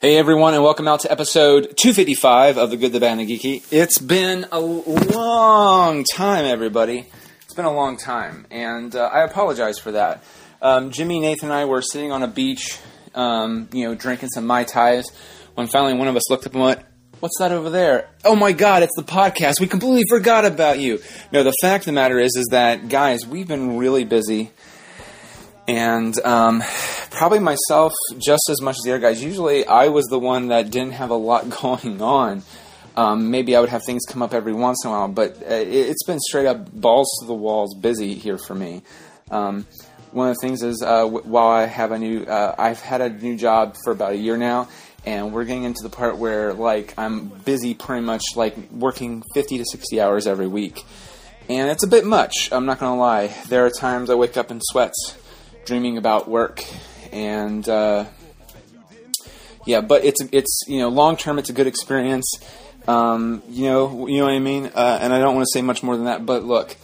Hey everyone, and welcome out to episode 255 of the Good, the Bad, and the Geeky. It's been a long time, everybody. It's been a long time, and uh, I apologize for that. Um, Jimmy, Nathan, and I were sitting on a beach, um, you know, drinking some mai tais. When finally one of us looked up and went, "What's that over there?" Oh my God, it's the podcast. We completely forgot about you. No, the fact of the matter is, is that guys, we've been really busy and um, probably myself just as much as the other guys. Usually, I was the one that didn't have a lot going on. Um, maybe I would have things come up every once in a while, but uh, it- it's been straight up balls to the walls busy here for me. Um, one of the things is uh, w- while I have a new, uh, I've had a new job for about a year now, and we're getting into the part where like I'm busy pretty much like working 50 to 60 hours every week and it's a bit much. I'm not gonna lie. There are times I wake up in sweats, dreaming about work, and uh, yeah, but it's it's you know long term, it's a good experience. Um, you know, you know what I mean. Uh, and I don't want to say much more than that. But look,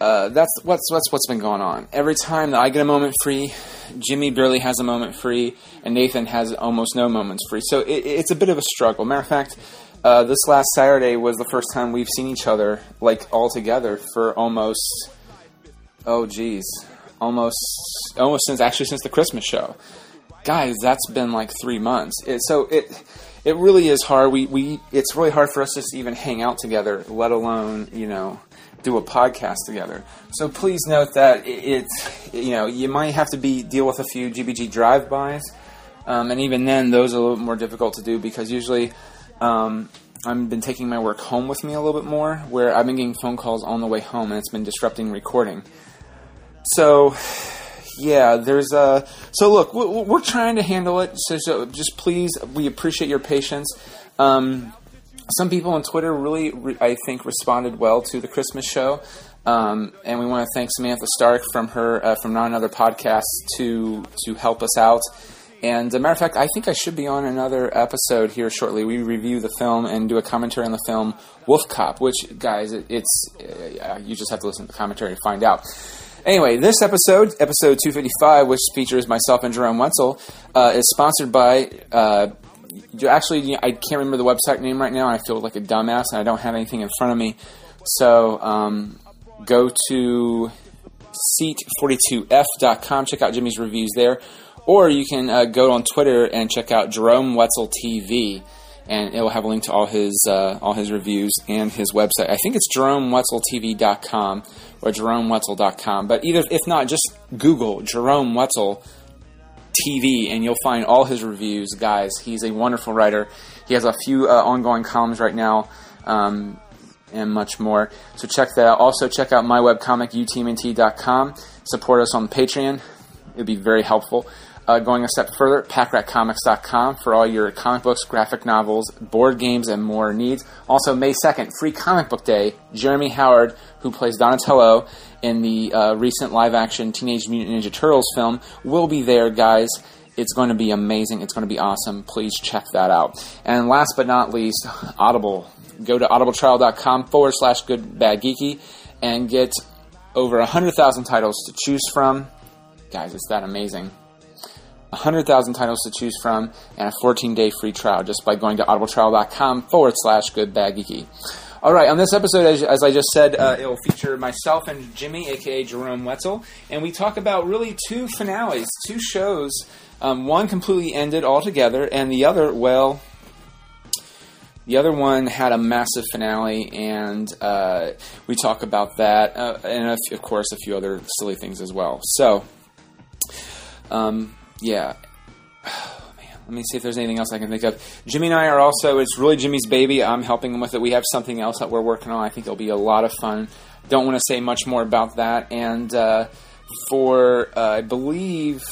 uh, that's what's that's what's been going on. Every time that I get a moment free, Jimmy barely has a moment free, and Nathan has almost no moments free. So it, it's a bit of a struggle. Matter of fact, uh, this last Saturday was the first time we've seen each other like all together for almost oh geez, almost almost since actually since the Christmas show guys, that's been like three months. It, so it it really is hard. We we it's really hard for us just to even hang out together, let alone you know do a podcast together. So please note that i- it's you know you might have to be deal with a few GBG drive bys, um, and even then those are a little bit more difficult to do because usually. Um, I've been taking my work home with me a little bit more, where I've been getting phone calls on the way home, and it's been disrupting recording. So, yeah, there's a. So look, we- we- we're trying to handle it. So, so just please, we appreciate your patience. Um, some people on Twitter really, re- I think, responded well to the Christmas show. Um, and we want to thank Samantha Stark from her uh, from Not Another Podcast to to help us out. And as a matter of fact, I think I should be on another episode here shortly. We review the film and do a commentary on the film Wolf Cop, which guys, it, it's uh, you just have to listen to the commentary to find out. Anyway, this episode, episode 255, which features myself and Jerome Wetzel, uh, is sponsored by. Uh, you- actually, you- I can't remember the website name right now. I feel like a dumbass, and I don't have anything in front of me. So um, go to seat42f.com. Check out Jimmy's reviews there. Or you can uh, go on Twitter and check out Jerome Wetzel TV, and it will have a link to all his uh, all his reviews and his website. I think it's jeromewetzeltv.com or jeromewetzel.com. But either if not, just Google Jerome Wetzel TV, and you'll find all his reviews. Guys, he's a wonderful writer. He has a few uh, ongoing columns right now, um, and much more. So check that out. Also, check out my webcomic, utmnt.com. Support us on Patreon. It would be very helpful. Uh, going a step further, packratcomics.com for all your comic books, graphic novels, board games, and more needs. Also, May 2nd, Free Comic Book Day. Jeremy Howard, who plays Donatello in the uh, recent live action Teenage Mutant Ninja Turtles film, will be there, guys. It's going to be amazing. It's going to be awesome. Please check that out. And last but not least, Audible. Go to audibletrial.com forward slash good bad geeky and get over 100,000 titles to choose from guys, it's that amazing. 100,000 titles to choose from and a 14 day free trial just by going to audibletrial.com forward slash good bad geeky. All right, on this episode, as, as I just said, uh, it will feature myself and Jimmy, aka Jerome Wetzel, and we talk about really two finales, two shows. Um, one completely ended altogether, and the other, well, the other one had a massive finale, and uh, we talk about that, uh, and of- of course, a few other silly things as well. So, um, yeah. Man, Let me see if there's anything else I can think of. Jimmy and I are also, it's really Jimmy's baby. I'm helping him with it. We have something else that we're working on. I think it'll be a lot of fun. Don't want to say much more about that. And uh, for, uh, I believe,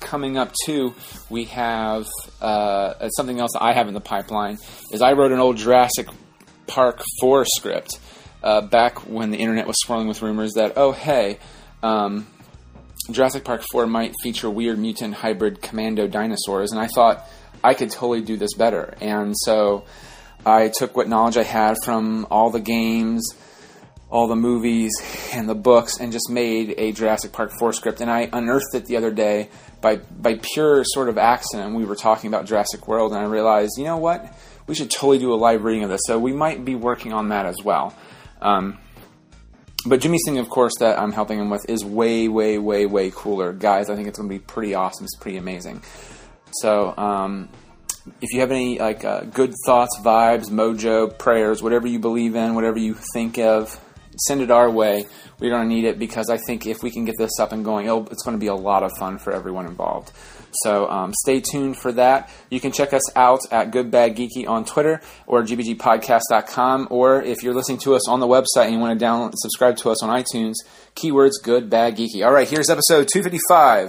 coming up too, we have uh, something else I have in the pipeline. Is I wrote an old Jurassic Park 4 script uh, back when the internet was swirling with rumors that, oh, hey, um, Jurassic Park 4 might feature weird mutant hybrid commando dinosaurs, and I thought I could totally do this better. And so I took what knowledge I had from all the games, all the movies and the books and just made a Jurassic Park 4 script. And I unearthed it the other day by, by pure sort of accident. We were talking about Jurassic World, and I realized, you know what? We should totally do a live reading of this. So we might be working on that as well. Um, but Jimmy Singh, of course, that I'm helping him with is way, way, way, way cooler. Guys, I think it's going to be pretty awesome. It's pretty amazing. So, um, if you have any like uh, good thoughts, vibes, mojo, prayers, whatever you believe in, whatever you think of, send it our way. We're going to need it because I think if we can get this up and going, it'll, it's going to be a lot of fun for everyone involved. So um, stay tuned for that. You can check us out at Good Bad Geeky on Twitter or gbgpodcast.com. Or if you're listening to us on the website and you want to download, subscribe to us on iTunes, keywords Good Bad Geeky. All right, here's episode 255.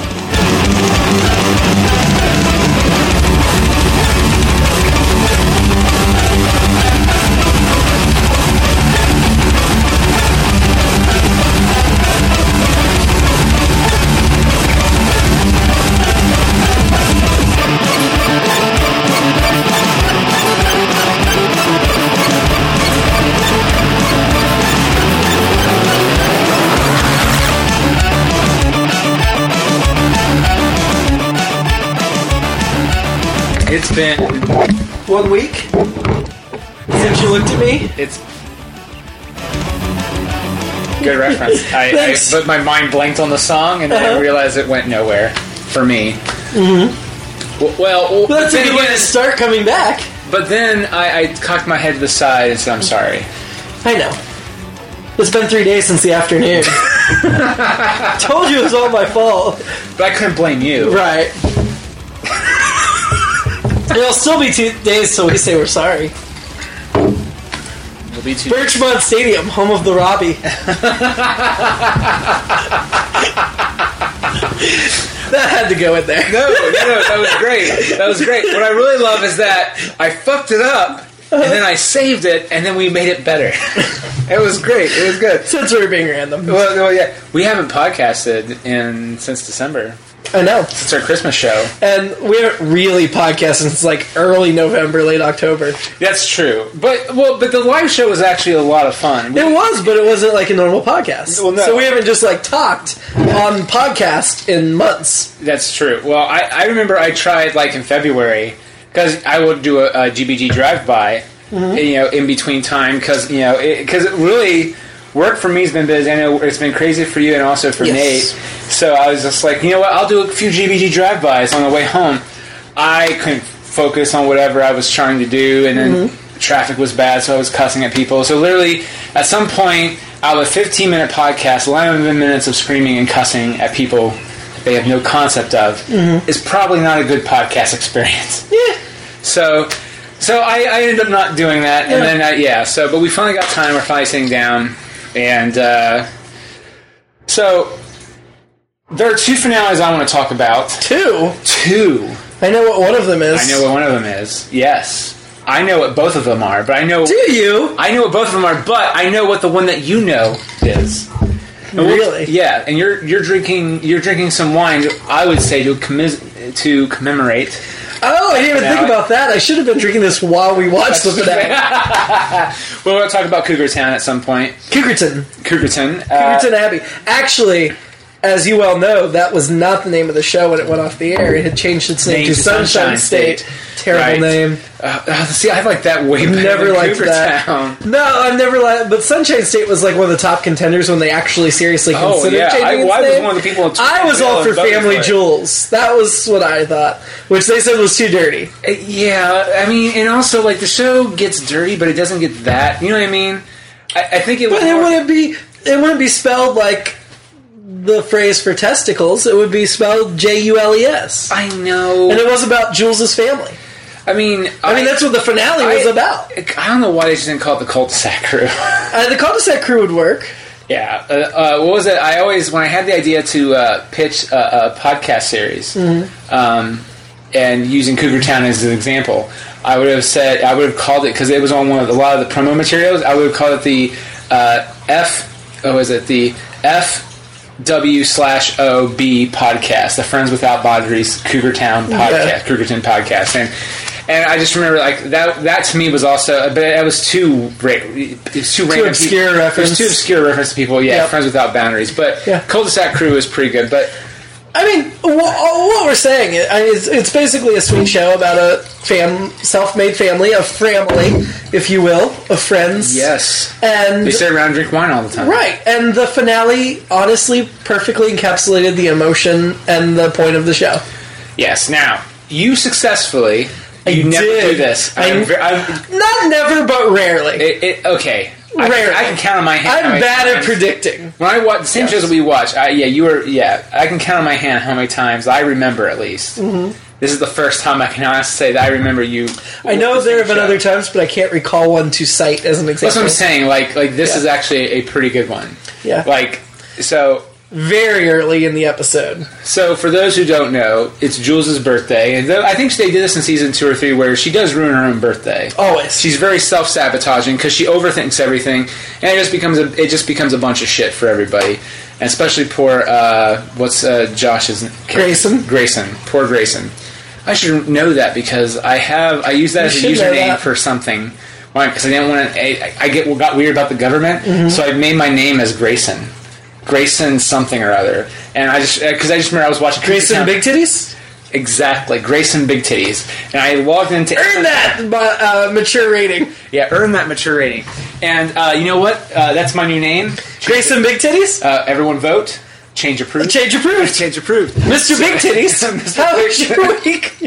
It's been one week since you looked at me. it's good reference. I, I Thanks. but my mind blanked on the song and I Uh-huh. realized it went nowhere for me. Mm-hmm. Well, well, Mm-hmm. Well, that's but a good then, way to again, start coming back. but then I, I cocked my head to the side and said, "I'm sorry." I know. It's been three days since the afternoon. Told you it was all my fault. But I couldn't blame you. Right. It'll still be two days till we say we're sorry. It'll be too- Birchmont Stadium, home of the Robbie. that had to go in there. No, no, no, that was great. That was great. What I really love is that I fucked it up and then I saved it and then we made it better. It was great. It was good. Since we were being random. Well, well yeah, we haven't podcasted in since December. I know. It's our Christmas show. And we aren't really podcasting since like early November, late October. That's true. But well, but the live show was actually a lot of fun. It was, but it wasn't like a normal podcast. Well, no. So we haven't just like talked on podcast in months. That's true. Well, I, I remember I tried like in February because I would do a, a GBG drive by, you know, in between time because you know because it, really work for me has been busy. I know it's been crazy for you and also for Yes. Nate. So I was just like, you know what, I'll do a few GBG drive bys on the way home. I couldn't focus on whatever I was trying to do, and then Mm-hmm. traffic was bad, so I was cussing at people. So literally, at some point, out of a 15 minute podcast, 11 minutes of screaming and cussing at people that they have no concept of is probably not a good podcast experience. Mm-hmm. Yeah. So, so I, I ended up not doing that, and Yeah. then I, yeah. So, but we finally got time. We're finally sitting down, and uh, so there are two finales I want to talk about. Two. Two. I know what one of them is. I know what one of them is. Yes, I know what both of them are, but I know Do you? I know what both of them are, but I know what the one that you know is. And we'll- Really? yeah, and you're you're drinking you're drinking some wine. I would say to commis- to commemorate. Oh, I didn't even No, think I- about that. I should have been drinking this while we watched the finale. Well, we'll talk about Cougar Town at some point. Cougarton. Cougarton. Uh, Cougarton Abbey. Actually, as you well know, that was not the name of the show when it went off the air. It had changed its name Name to to Sunshine, Sunshine State. State. Terrible Right. name. uh, uh, see, I like that way better never than liked Cougar that. Town. No, I've never liked. But Sunshine State was like one of the top contenders when they actually seriously Oh, considered yeah. changing I- its well, I was name. one of the people who t- I was all really for voted Family for it. Jewels. That was what I thought, which they said was too dirty. Uh, Yeah, I mean, and also like the show gets dirty, but it doesn't get that. You know what I mean? I, I think it. But it wouldn't be. It wouldn't be spelled like the phrase for testicles. It would be spelled J U L E S. I know. And it was about Jules' family. I mean, I mean, that's what the finale was I- about. I don't know why they just didn't call it the cul-de-sac crew. Uh, the cul-de-sac crew would work. Yeah. Uh, uh, what was it? I always when I had the idea to uh, pitch a, a podcast series, Mm-hmm. um, and using Cougar Town as an example, I would have said I would have called it because it was on one of the- a lot of the promo materials. I would have called it the uh, F. What was it? The F. W slash O B podcast, the Friends Without Boundaries Cougar Town podcast, Yeah. Cougarton podcast, and and I just remember like that that to me was also, but it was too ra- it was too, random obscure It was reference. too obscure reference to people. Yeah, Yep. Friends Without Boundaries, but Yeah. Cul-de-sac Crew is pretty good. But I mean, wha- what we're saying, I mean, it's, it's basically a sweet show about a fam, self-made family, a family, if you will, of friends. yes, And they sit around and drink wine all the time. right, and the finale honestly perfectly encapsulated the emotion and the point of the show. Yes. Now you successfully. you never did. do this. I- I'm, ve- I'm, Not never, but rarely. it, it, okay. I- Rarely. I, can count on my hand. how I'm many bad at times- predicting. When I watch the same shows that we watch, I, yeah, you were, yeah, I can count on my hand how many times I remember at least. Mm-hmm. This is the first time I can honestly say that I remember you. I know with the there same have been show. other times, but I can't recall one to cite as an That's example. what I'm saying. Like, like this Yeah. is actually a pretty good one. Yeah. Like, so Very early in the episode. So, for those who don't know, it's Jules' birthday, and though I think they did this in season two or three, where she does ruin her own birthday. Always. she's very self sabotaging because she overthinks everything, and it just becomes a it just becomes a bunch of shit for everybody, and especially poor uh, what's uh, Josh's Grayson. Grayson, poor Grayson. I should know that because I have I use that as a should know username that. for something. Why? Because I didn't want to. I, I get got weird about the government, Mm-hmm. so I made my name as Grayson. Grayson something or other, and I just because I just remember I was watching Grayson Big Titties? exactly Grayson Big Titties, and I logged into Earn that but, uh, mature rating. yeah, earn that mature rating. And uh, you know what? Uh, that's my new name. Grayson Big Titties? Uh, everyone vote. Change approved. Change approved. Change approved. Mr. Big Titties, how was your week?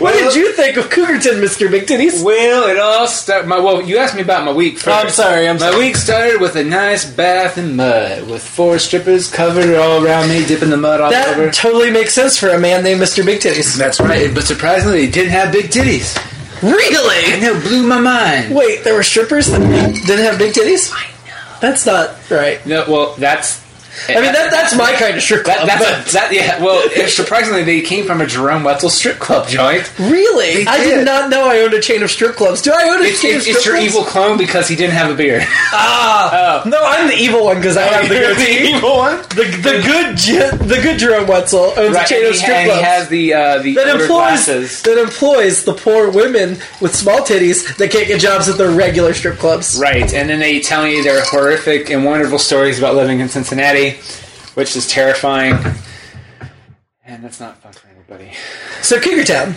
what did you think of Cougarton, Mr. Big Titties? Well, it all started. My well, you asked me about my week first. I'm sorry, I'm my sorry. week started with a nice bath in mud, with four strippers covered all around me, dipping the mud all That over. totally makes sense for a man named Mr. Big Titties. That's right. But surprisingly, they didn't have big titties. Really? And it blew my mind. Wait, there were strippers that didn't have big titties? I know. That's not right. No, well, that's. I mean, that, that's my kind of strip club. That, that's a, that, yeah. Well, it- surprisingly, they came from a Jerome Wetzel strip club joint. but really? They I did did. not know I owned a chain of strip clubs. Do I own a It's, chain it's, of strip it's your clubs? evil clone because he didn't have a beard. Ah, no, I'm the evil one because I have the You're the goatee. evil one? The, the good Je- the good Jerome Wetzel owns a chain and of he, strip and he clubs. has the uh, the that ordered employs glasses. that employs the poor women with small titties that can't get jobs at their regular strip clubs. Right, and then they tell me their horrific and wonderful stories about living in Cincinnati, which is terrifying. And that's not fun for anybody. So Cougar Town,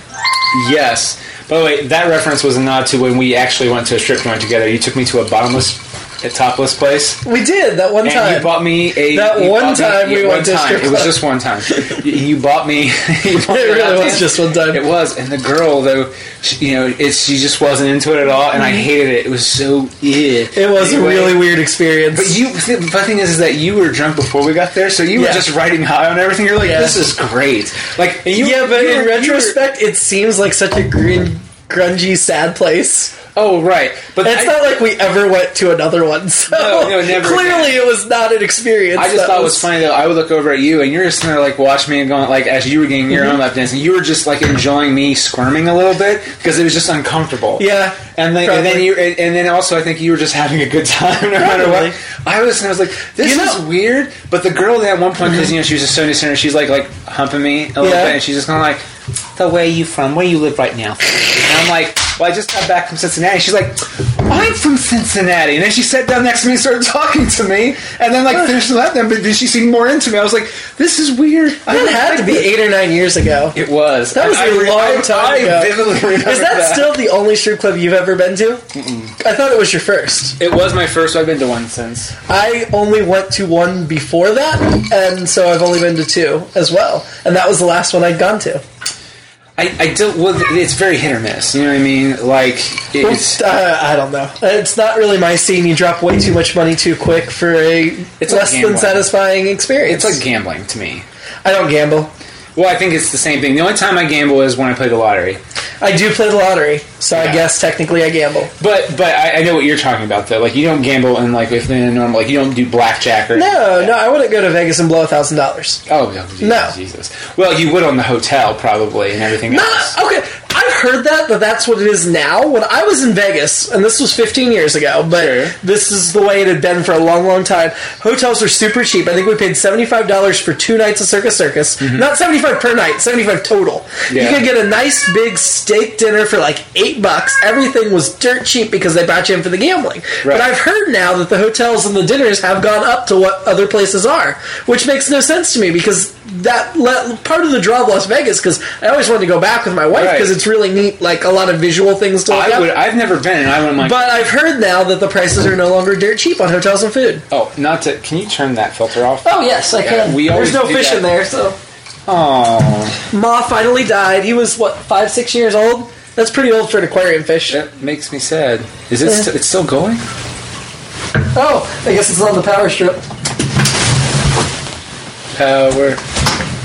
Yes. By the way, that reference was a nod to when we actually went to a strip joint together. You took me to a bottomless, a topless place. we did that one And time. you bought me a That you one bought time yeah, we one went to a time. strip It was club. just one time. you, you bought me. you bought me it that really was dance. just one It time. was, and the girl though, she, you know, it's she just wasn't into it at all, and I hated it. It was so yeah. Mm-hmm. It was a really weird experience. But you, the fun thing is, is that you were drunk before we got there, so you Yeah. were just riding high on everything. You're like, Yeah. this is great. Like, and you, yeah, but you in were- retrospect, it seems like such a green, grungy, sad place. you were- oh right, but It's I, not like we ever went to another one. So No, no, never clearly, it was not an experience. I just that thought it was funny though. I would look over at you, and you're just sitting there like watching me and going like as you were getting your own lap dance, and you were just like enjoying me squirming a little bit because it was just uncomfortable. Yeah, And then, and then probably. you, and, and then also, I think you were just having a good time, no matter Probably. what. I was, and I was like, "This You is know- Mm-hmm. weird." But the girl at one point, because you know she was a Sony center, she's like, like humping me a little Yeah. bit, and she's just kind of like, "So where are you from? Where you live right now?" And I'm like, "Well, I just got back from Cincinnati." She's like, "I'm from Cincinnati," and then she sat down next to me and started talking to me, and then like finished that. Then, but then she seemed more into me. I was like, "This is weird." I That don't had to like be this. eight or nine years ago. It was. That was a a long time I ago. vividly remember Is that, still the only strip club you've ever been to? I thought it was your first. It was my first. I've been to one since. I only went to one before that, and so I've only been to two as well. And that was the last one I'd gone to. I, I don't. Well, it's very hit or miss. You know what I mean? Like it's Uh, I don't know. It's not really my scene. You drop way too much money too quick for a It's like less than gambling. satisfying experience. it's like gambling to me. I don't gamble. Well, I think it's the same thing. The only time I gamble is when I play the lottery. I do play the lottery, so I Yeah. guess technically I gamble. But but I, I know what you're talking about though. Like you don't gamble and like if in a normal like you don't do blackjack or No, no, I wouldn't go to Vegas and blow a thousand dollars. Oh no, Jesus, No. Jesus. Well, you would on the hotel probably and everything else. Not okay. I've heard that, but that's what it is now. When I was in Vegas, and this was 15 years ago, but Sure. this is the way it had been for a long, long time. Hotels were super cheap. I think we paid $75 for two nights of Circus Circus. Not 75 per night, 75 total. Mm-hmm. Yeah. You could get a nice big steak dinner for like eight bucks. Everything was dirt cheap because they bought you in for the gambling. Right. But I've heard now that the hotels and the dinners have gone up to what other places are, which makes no sense to me because that le- part of the draw of Las Vegas. Because I always wanted to go back with my wife Right. because it's really neat, like a lot of visual things to look I at. would. I've never been, and I would. like, oh, But I've heard now that the prices are no longer dirt cheap on hotels and food. oh, not to. Can you turn that filter off? Oh yes, I Yeah, can. we always There's no do fish that. in there, so Oh, Ma finally died. He was what five, six years old. That's pretty old for an aquarium fish. that makes me sad. Is Eh. it? St- it's still going? Oh, I guess it's on the power strip. Power.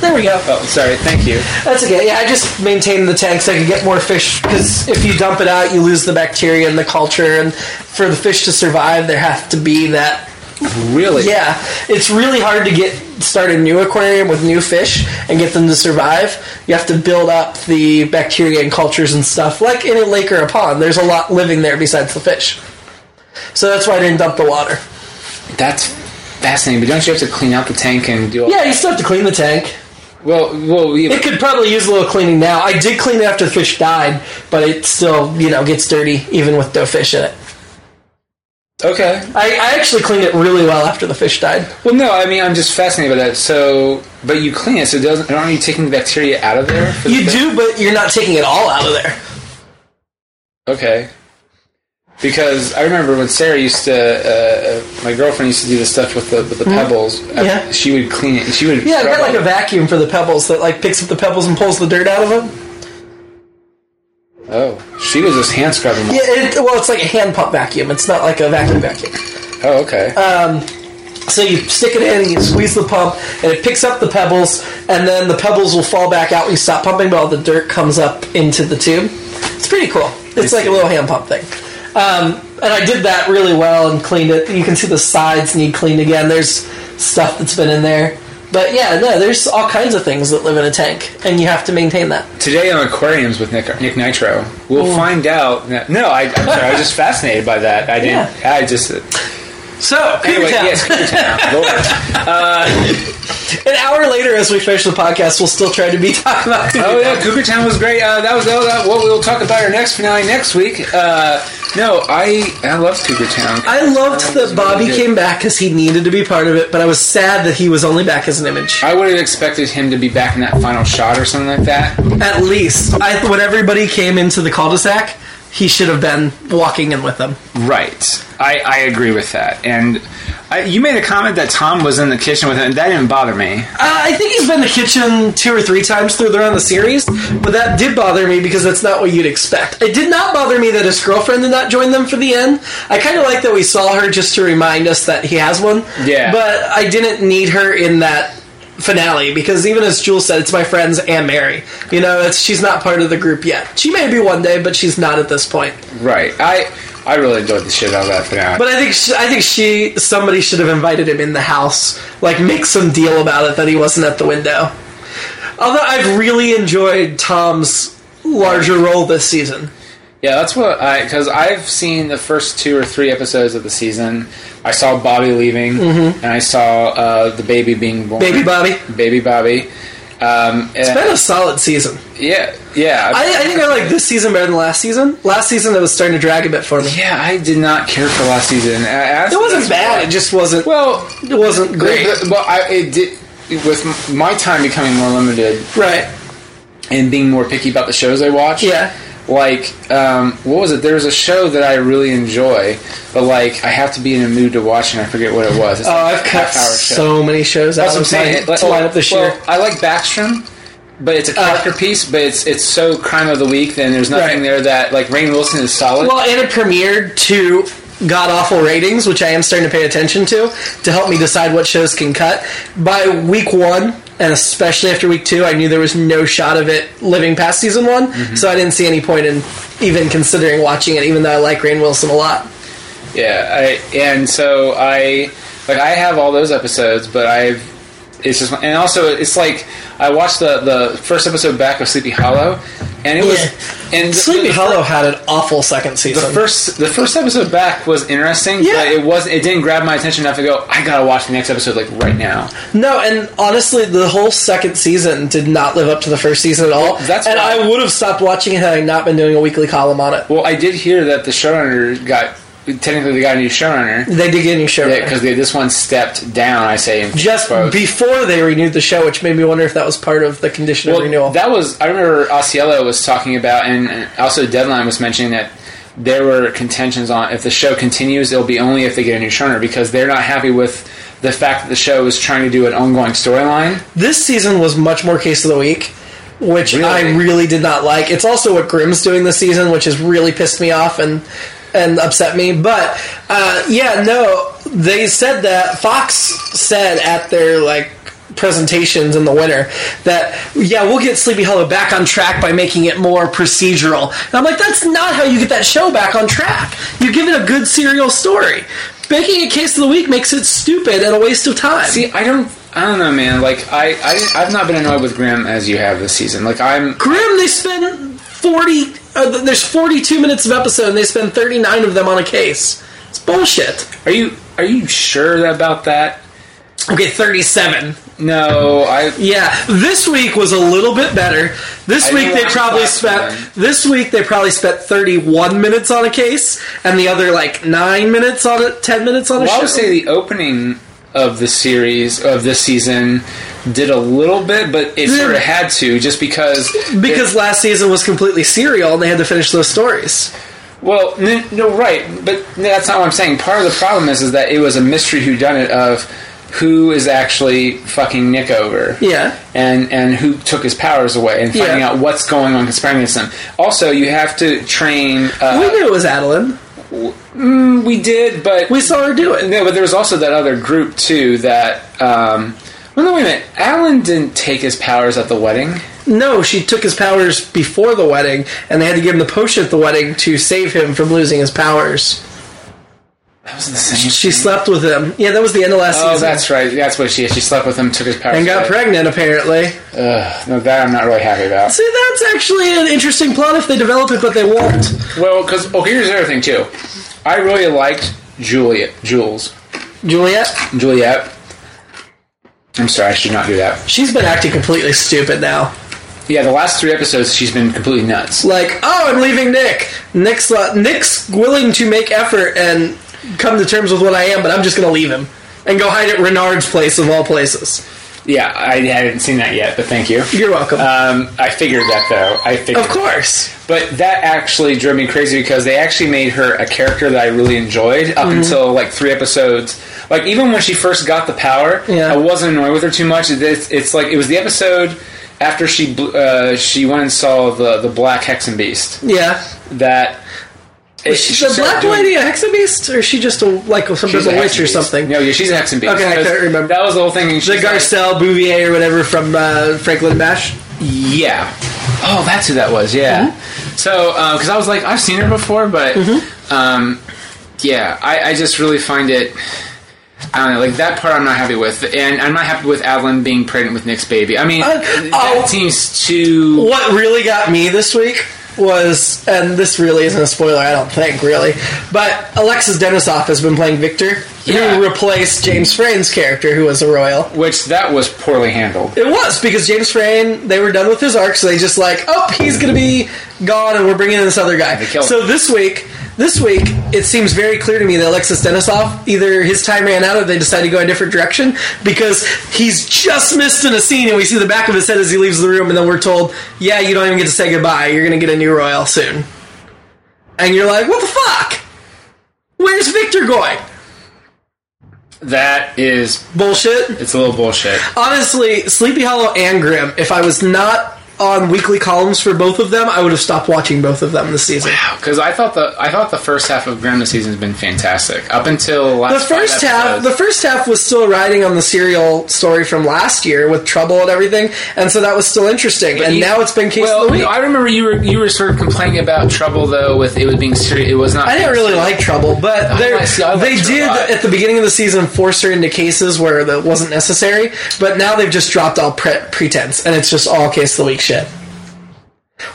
There we go. Uh, Oh, sorry. Thank you. That's okay. Yeah, I just maintain the tank so I can get more fish because if you dump it out, you lose the bacteria and the culture. And for the fish to survive, there have to be that. Really? Yeah, it's really hard to get start a new aquarium with new fish and get them to survive. You have to build up the bacteria and cultures and stuff. Like in a lake or a pond, there's a lot living there besides the fish. So that's why I didn't dump the water. That's fascinating. But don't you have to clean out the tank and do all? Yeah, you still have to clean the tank. Well, well, yeah, It could probably use a little cleaning now. I did clean it after the fish died, but it still, you know, gets dirty even with no fish in it. okay. I, I actually cleaned it really well after the fish died. Well, no, I mean, I'm just fascinated by that. So, but you clean it, so it doesn't aren't you taking the bacteria out of there? for the You fish? do, but you're not taking it all out of there. Okay. Because I remember when Sarah used to, uh, uh, my girlfriend used to do this stuff with the with the pebbles. Uh, Mm-hmm. Yeah. She would clean it. She would. Yeah, I've scrub got like all- a vacuum for the pebbles that like picks up the pebbles and pulls the dirt out of them. Oh, she was just hand scrubbing. Yeah, it, well, it's like a hand pump vacuum. It's not like a vacuum vacuum. Oh, okay. Uh, So you stick it in and you squeeze the pump, and it picks up the pebbles, and then the pebbles will fall back out when you stop pumping, but all the dirt comes up into the tube. It's pretty cool. It's like a little hand pump thing. Um, and I did that really well and cleaned it. You can see the sides need cleaned again. There's stuff that's been in there. But yeah, no, there's all kinds of things that live in a tank, and you have to maintain that. Today on Aquariums with Nick, Nick Nitro, we'll Mm. find out. that- No, I, I'm sorry, I was just fascinated by that. I didn't. I just. So, Anyway, Cougar Town. yes, Cougar Town. Lord. an hour later, as we finish the podcast, we'll still try to be talking about Cougar Town. Oh yeah, Cougar Town was great. Uh, that was that, was- that, what we'll talk about our next finale next week. Uh, no, I I love Cougar Town. I loved that Bobby good. came back because he needed to be part of it, but I was sad that he was only back as an image. I would have expected him to be back in that final shot or something like that. At least, I, when everybody came into the cul-de-sac, he should have been walking in with them. Right. I, I agree with that. And I, you made a comment that Tom was in the kitchen with him. That didn't bother me. Uh, I think he's been in the kitchen two or three times through the run of the series, but that did bother me because that's not what you'd expect. It did not bother me that his girlfriend did not join them for the end. I kind of like that we saw her just to remind us that he has one. Yeah. But I didn't need her in that finale because even as Jules said, it's my friends and Mary. You know, it's she's not part of the group yet. She may be one day, but she's not at this point. Right. I I really enjoyed the shit out of that finale. But I think she, I think she somebody should have invited him in the house, like make some deal about it that he wasn't at the window. Although I've really enjoyed Tom's larger role this season. yeah, that's what I because I've seen the first two or three episodes of the season. I saw Bobby leaving, and I saw uh, the Mm-hmm. baby being born. Baby Bobby, Baby Bobby. Um, been and, a solid season. yeah, yeah. I, I think I like this season better than last season. Last season it was starting to drag a bit for me. yeah, I did not care for last season. I- I- It wasn't bad. It just wasn't. Well, it wasn't great. well, I, it did with my time becoming more limited. Right. and being more picky about the shows I watch. Yeah. Like, um, what was it? There was a show that I really enjoy, but like I have to be in a mood to watch, and I forget what it was. It's Oh, like I've cut so many shows out That's what I'm of my, saying. It- to line up this year. well, Uh, I like Backstrom, but it's a character piece. But it's it's so crime of the week. Then there's nothing Right. there that like Rain Wilson is solid. Well, and it premiered to god awful ratings, which I am starting to pay attention to to help me decide what shows can cut. By week one, and especially after week two, I knew there was no shot of it living past season one, Mm-hmm. so I didn't see any point in even considering watching it, even though I like Rain Wilson a lot. Yeah, I, and so I like I have all those episodes, but I've it's just and also it's like I watched the the first episode back of Sleepy Hollow, and it was Yeah. and Sleepy the, Hollow had an awful second The season. first the first episode back was interesting, Yeah. but it was it didn't grab my attention enough to go. I gotta watch the next episode like right now. No, and honestly, the whole second season did not live up to the first season at all. that's and why- I would have stopped watching it had I not been doing a weekly column on it. Well, I did hear that the showrunner got technically they got a new showrunner They did get a new show. because this one stepped down. I say in just quotes. before they renewed the show, which made me wonder if that was part of the condition of renewal. That was I remember Osceola was talking about, and, and also Deadline was mentioning that there were contentions on if the show continues, it'll be only if they get a new showrunner because they're not happy with the fact that the show is trying to do an ongoing storyline. this season was much more case of the week, which I Really? really did not like. It's also what Grimm's doing this season, which has really pissed me off and and upset me. But uh, yeah, no, they said that Fox said at their like presentations in the winter that yeah we'll get Sleepy Hollow back on track by making it more procedural. And I'm like, that's not how you get that show back on track. You give it a good serial story. Making a case of the week makes it stupid and a waste of time. See, I don't. I don't know, man. Like I, I, didn't- I've not been annoyed with Grimm as you have this season. Like I'm, Grimm, they spend 40. Uh, th- there's 42 minutes of episode, and they spend 39 of them on a case. It's bullshit. are you, are you sure about that? Okay, 37. No, I. Yeah, this week was a little bit better. This I week know they I'm probably glad spent. for them. This week they probably spent 31 minutes on a case, and the other like nine minutes on it, 10 minutes on a Well, I show. would say the opening of the series of this season did a little bit, but it sort of had to just because. Mm. because last season was completely serial, and they had to finish those stories. well, n- no, right, but that's not what I'm saying. Part of the problem is is that it was a mystery who done it of who is actually fucking Nick over. Yeah. and and who took his powers away and finding Yeah. out what's going on conspiring against them. Also, you have to train. we Uh, knew it was Adeline. we, did, but We saw her do it. no, but there was also that other group too that. Um, well, no, wait a minute. Alan didn't take his powers at the wedding. No, she took his powers before the wedding, and they had to give him the potion at the wedding to save him from losing his powers. That was the same. She slept with him. Yeah, that was the end of last Oh, season. that's right. That's what she is. She slept with him, took his powers, and got away. pregnant, apparently. Ugh, no, that I'm not really happy about. See, that's actually an interesting plot if they develop it, but they won't. Well, because okay, here's the other thing too. I really liked Juliet, Jules, Juliet, Juliet. I'm sorry, I should not do that. she's been acting completely stupid now. Yeah, the last three episodes, she's been completely nuts. Like, oh, I'm leaving Nick. Nick's lo- Nick's willing to make effort and come to terms with what I am, but I'm just going to leave him and go hide at Renard's place of all places. Yeah, I hadn't seen that yet, but thank you. You're welcome. Um, I figured that though. I figured. of course. But that actually drove me crazy because they actually made her a character that I really enjoyed up Mm-hmm. until like three episodes. Like even when she first got the power, Yeah. I wasn't annoyed with her too much. It's, it's like it was the episode after she bl- uh, she went and saw the the black hexen beast Yeah. that. it- She's she a started black doing- lady a hexabeast, or is she just a like some She's sort of a a witch Hexen or Beast. something? No, yeah, she's a hexen beast. Okay, I Because can't remember. That was the whole thing. and The she's like- Garcelle Bouvier or whatever from uh, Franklin Bash. Yeah. Oh, that's who that was. Yeah. Mm-hmm. So, because I was like, I've seen her before, but um, yeah, I, I just really find it. I don't know, like that part I'm not happy with, and I'm not happy with Adeline being pregnant with Nick's baby. I mean, Uh, that oh. seems too. What really got me this week was, and this really isn't a spoiler, I don't think, really, but Alexis Denisoff has been playing Victor, Yeah. who replaced James Frain's character, who was a royal. Which that was poorly handled. It was because James Frain, they were done with his arc, so they just like, oh, he's gonna be gone, and we're bringing in this other guy. They killed So this week, this week, it seems very clear to me that Alexis Denisov either his time ran out or they decided to go a different direction because he's just missed in a scene, and we see the back of his head as he leaves the room, and then we're told, yeah, you don't even get to say goodbye. You're gonna get a new royal soon, and you're like, what the fuck? Where's Victor going? That is, Bullshit. it's a little bullshit. honestly, Sleepy Hollow and Grimm, if I was not on weekly columns for both of them, I would have stopped watching both of them this season. Because I thought the I thought the first half of Grimm this season has been fantastic up until The last five first half, episodes. the first half was still riding on the serial story from last year with trouble and everything, and so that was still interesting. And you- now it's been case well, of the week. I remember you were you were sort of complaining about trouble though with it was being serious. It was not. I didn't being really serious. like Trouble, but they're- I see, I like they Trouble did a lot. at the beginning of the season force her into cases where that wasn't necessary. But now they've just dropped all pre- pretense, and it's just all case of the week shit.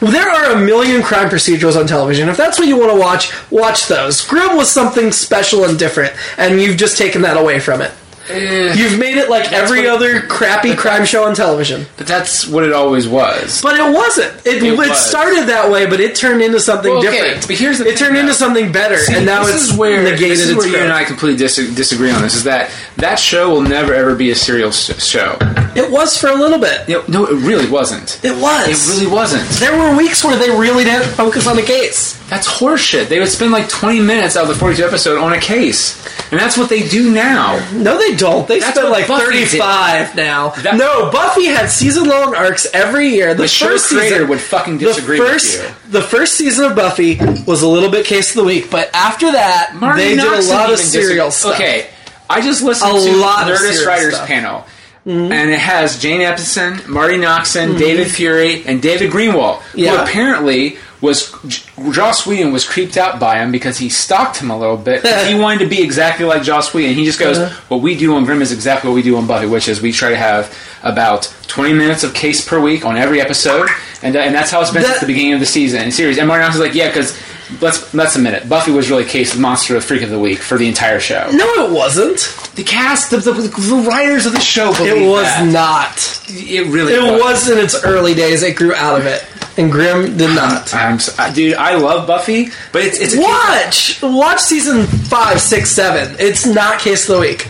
Well, there are a million crime procedurals on television. If that's what you want to watch, watch those. Grimm was something special and different, and you've just taken that away from it. You've made it like every Eh. what- other crappy crime show on television. But that's what it always was. But it wasn't. It, it, was. started that way, but it turned into something Well, okay, different. but here's the it thing, turned into though. something better, and now this it's is where negated this is its where you growth. and I completely dis- disagree on this. Is that that show will never ever be a serial s- show? It was for a little bit. No, no, it really wasn't. It was. It really wasn't. There were weeks where they really didn't focus on the case. That's horseshit. They would spend like 20 minutes out of the 42 episode on a case, and that's what they do now. No, they don't. They That's spend what like Buffy did. thirty-five now. That- no, Buffy had season-long arcs every year. The Mature first creator season would fucking disagree the with first, you. The first season of Buffy was a little bit case of the week, but after that, Marty they Noxon did a lot even of serial disag- stuff. Okay, I just listened A to lot of Nerdist serial Writers stuff. Mm-hmm. panel, and it has Jane Epson, Marty Noxon, David Fury, and David Greenwald, Yeah. who apparently was J- Joss Whedon was creeped out by him because he stalked him a little bit. he wanted to be exactly like Joss Whedon. He just goes, Uh-huh. "What we do on Grimm is exactly what we do on Buffy, which is we try to have about twenty minutes of case per week on every episode, and uh, and that's how it's been since That- the beginning of the season and series." And Marty Noxon's like, "Yeah, because." Let's let's admit it. Buffy was really case monster of freak of the week for the entire show. No, it wasn't. The cast, the, the, the writers of the show, believe It was that. not. It really. It was in its early days. It grew out of it, and Grimm did not. I'm, s- I- dude, I love Buffy, but it's it's. Watch, watch season five, six, seven. It's not case of the week.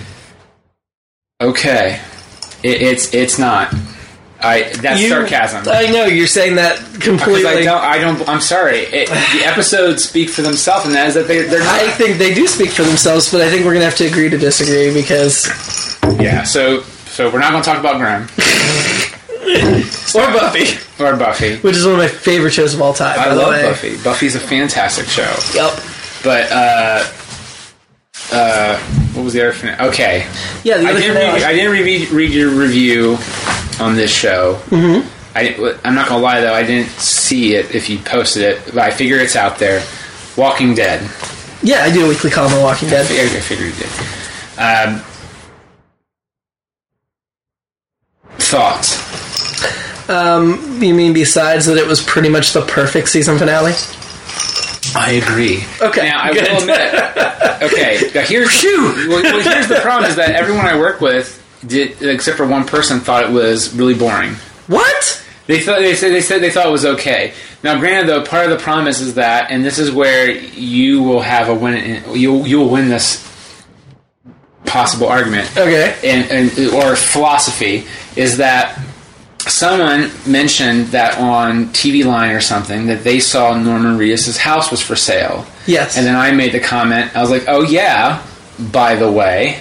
Okay, it, it's it's not. I that's You- sarcasm. I know you're saying that Because I completely. don't, I don't. I'm sorry. It, the episodes speak for themselves, and that is that they they're not. I think they do speak for themselves, but I think we're gonna have to agree to disagree because yeah. So so we're not going to talk about Grimm or Buffy, or Buffy. which is one of my favorite shows of all time. I by the love way. Buffy. Buffy's a fantastic show. Yep. But uh, uh, what was the other? Fin- okay. Yeah, the I other didn't, read, I didn't read, read your review on this show. Mm-hmm. I, am not gonna lie though, I didn't see it if you posted it, but I figure it's out there. Walking Dead. yeah, I do a weekly column on Walking I Dead. figured, I figured you did. Um, thoughts? You mean besides that it was pretty much the perfect season finale? I agree. Okay, Now I good. will admit. Okay. Now here's well, well, here's the problem is that everyone I work with did, except for one person, thought it was really boring. What? They thought they said they said they thought it was okay. Now, granted, though, part of the promise is that, and this is where you will have a win. You you will win this possible argument, Okay. and, and or philosophy is that someone mentioned that on TV Line or something that they saw Norman Reedus's house was for sale, Yes. and then I made the comment. I was like, "Oh yeah, by the way,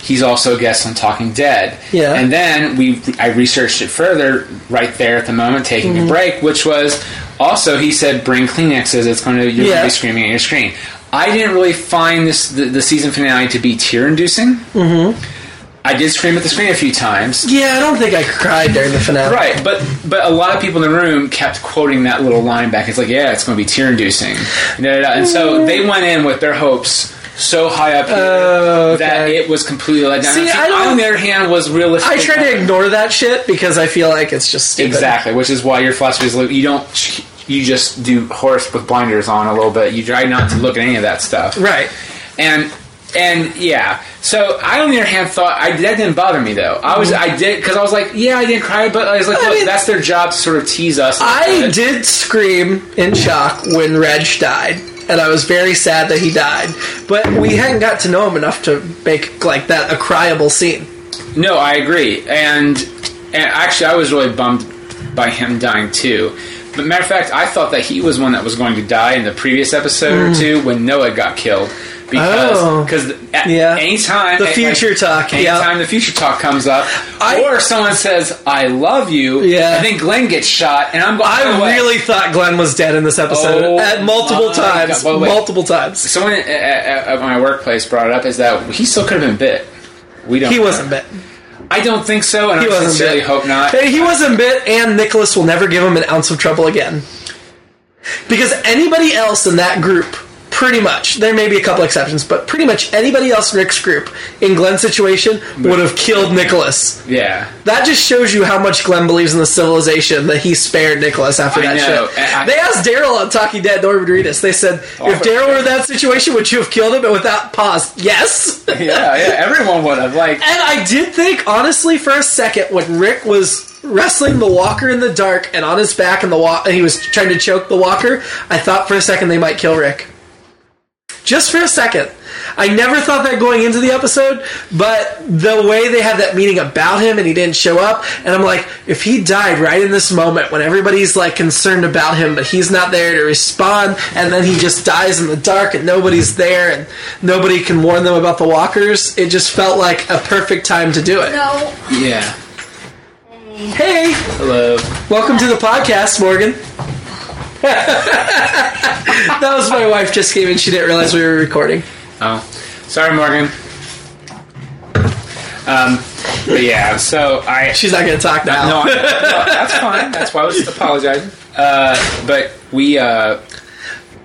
he's also a guest on Talking Dead." Mm-hmm. Yeah. And then we, I researched it further right there at the moment, taking Mm-hmm. a break, which was also he said, "Bring Kleenexes. It's going to you're going Yeah. to be screaming at your screen." I didn't really find this the, the season finale to be tear inducing. Mm-hmm. I did scream at the screen a few times. yeah, I don't think I cried during the finale. Right, but but a lot of people in the room kept quoting that little line back. It's like, yeah, it's going to be tear inducing, Mm. and so they went in with their hopes so high up here Oh, okay. that it was completely let down. See, I don't- on the other hand, was realistic. I try to ignore that shit because I feel like it's just stupid. exactly, which is why your philosophy is like, you don't you just do horse with blinders on a little bit. You try not to look at any of that stuff, Right. and and yeah so i on the other hand thought i that didn't bother me though i was i did because i was like yeah i didn't cry but i was like I look mean- that's their job to sort of tease us Uh, I did scream in shock when Reg died, and I was very sad that he died. But we hadn't got to know him enough to make like that a cryable scene. no i agree and and actually i was really bummed by him dying too but matter of fact i thought that he was one that was going to die in the previous episode or two when noah got killed because Hmm. Oh. because at Yeah. any time The future talk, yeah. anytime the future talk comes up, I- or someone says "I love you," Yeah. I think Glenn gets shot, and I'm going. I "No way." really thought Glenn was dead in this episode Oh at multiple my times, God. Wait, wait. multiple times. Someone at, at, at my workplace brought it up is that he still could have been bit. We don't. He know. wasn't bit. I don't think so, and He I wasn't sincerely bit. hope not. Hey, he wasn't bit, and Nicholas will never give him an ounce of trouble again. Because anybody else in that group, pretty much, there may be a couple exceptions, but pretty much anybody else in Rick's group in Glenn's situation would have killed Nicholas. Yeah. That just shows you how much Glenn believes in the civilization that he spared Nicholas after that I know, shit. and I- Oh, they asked Daryl on Talking Dead, Norman Reedus. They said, if Daryl were in that situation, would you have killed him? And without pause, yes. Yeah, yeah, everyone would have. Like, And I did think, honestly, for a second, when Rick was wrestling the walker in the dark and on his back, and the wa- and he was trying to choke the walker, I thought for a second they might kill Rick. Just for a second. I never thought that going into the episode, but the way they had that meeting about him and he didn't show up, and I'm like, if he died right in this moment when everybody's like concerned about him, but he's not there to respond, and then he just dies in the dark and nobody's there and nobody can warn them about the walkers, it just felt like a perfect time to do it. No. yeah. Hey, Hello. welcome to the podcast, Morgan. that was my wife just came in, she didn't realize we were recording. Oh, sorry, Morgan. Um, but yeah. So I. She's not going to talk now. No, I, no, that's fine. That's why I was apologizing. Uh, but we. Uh,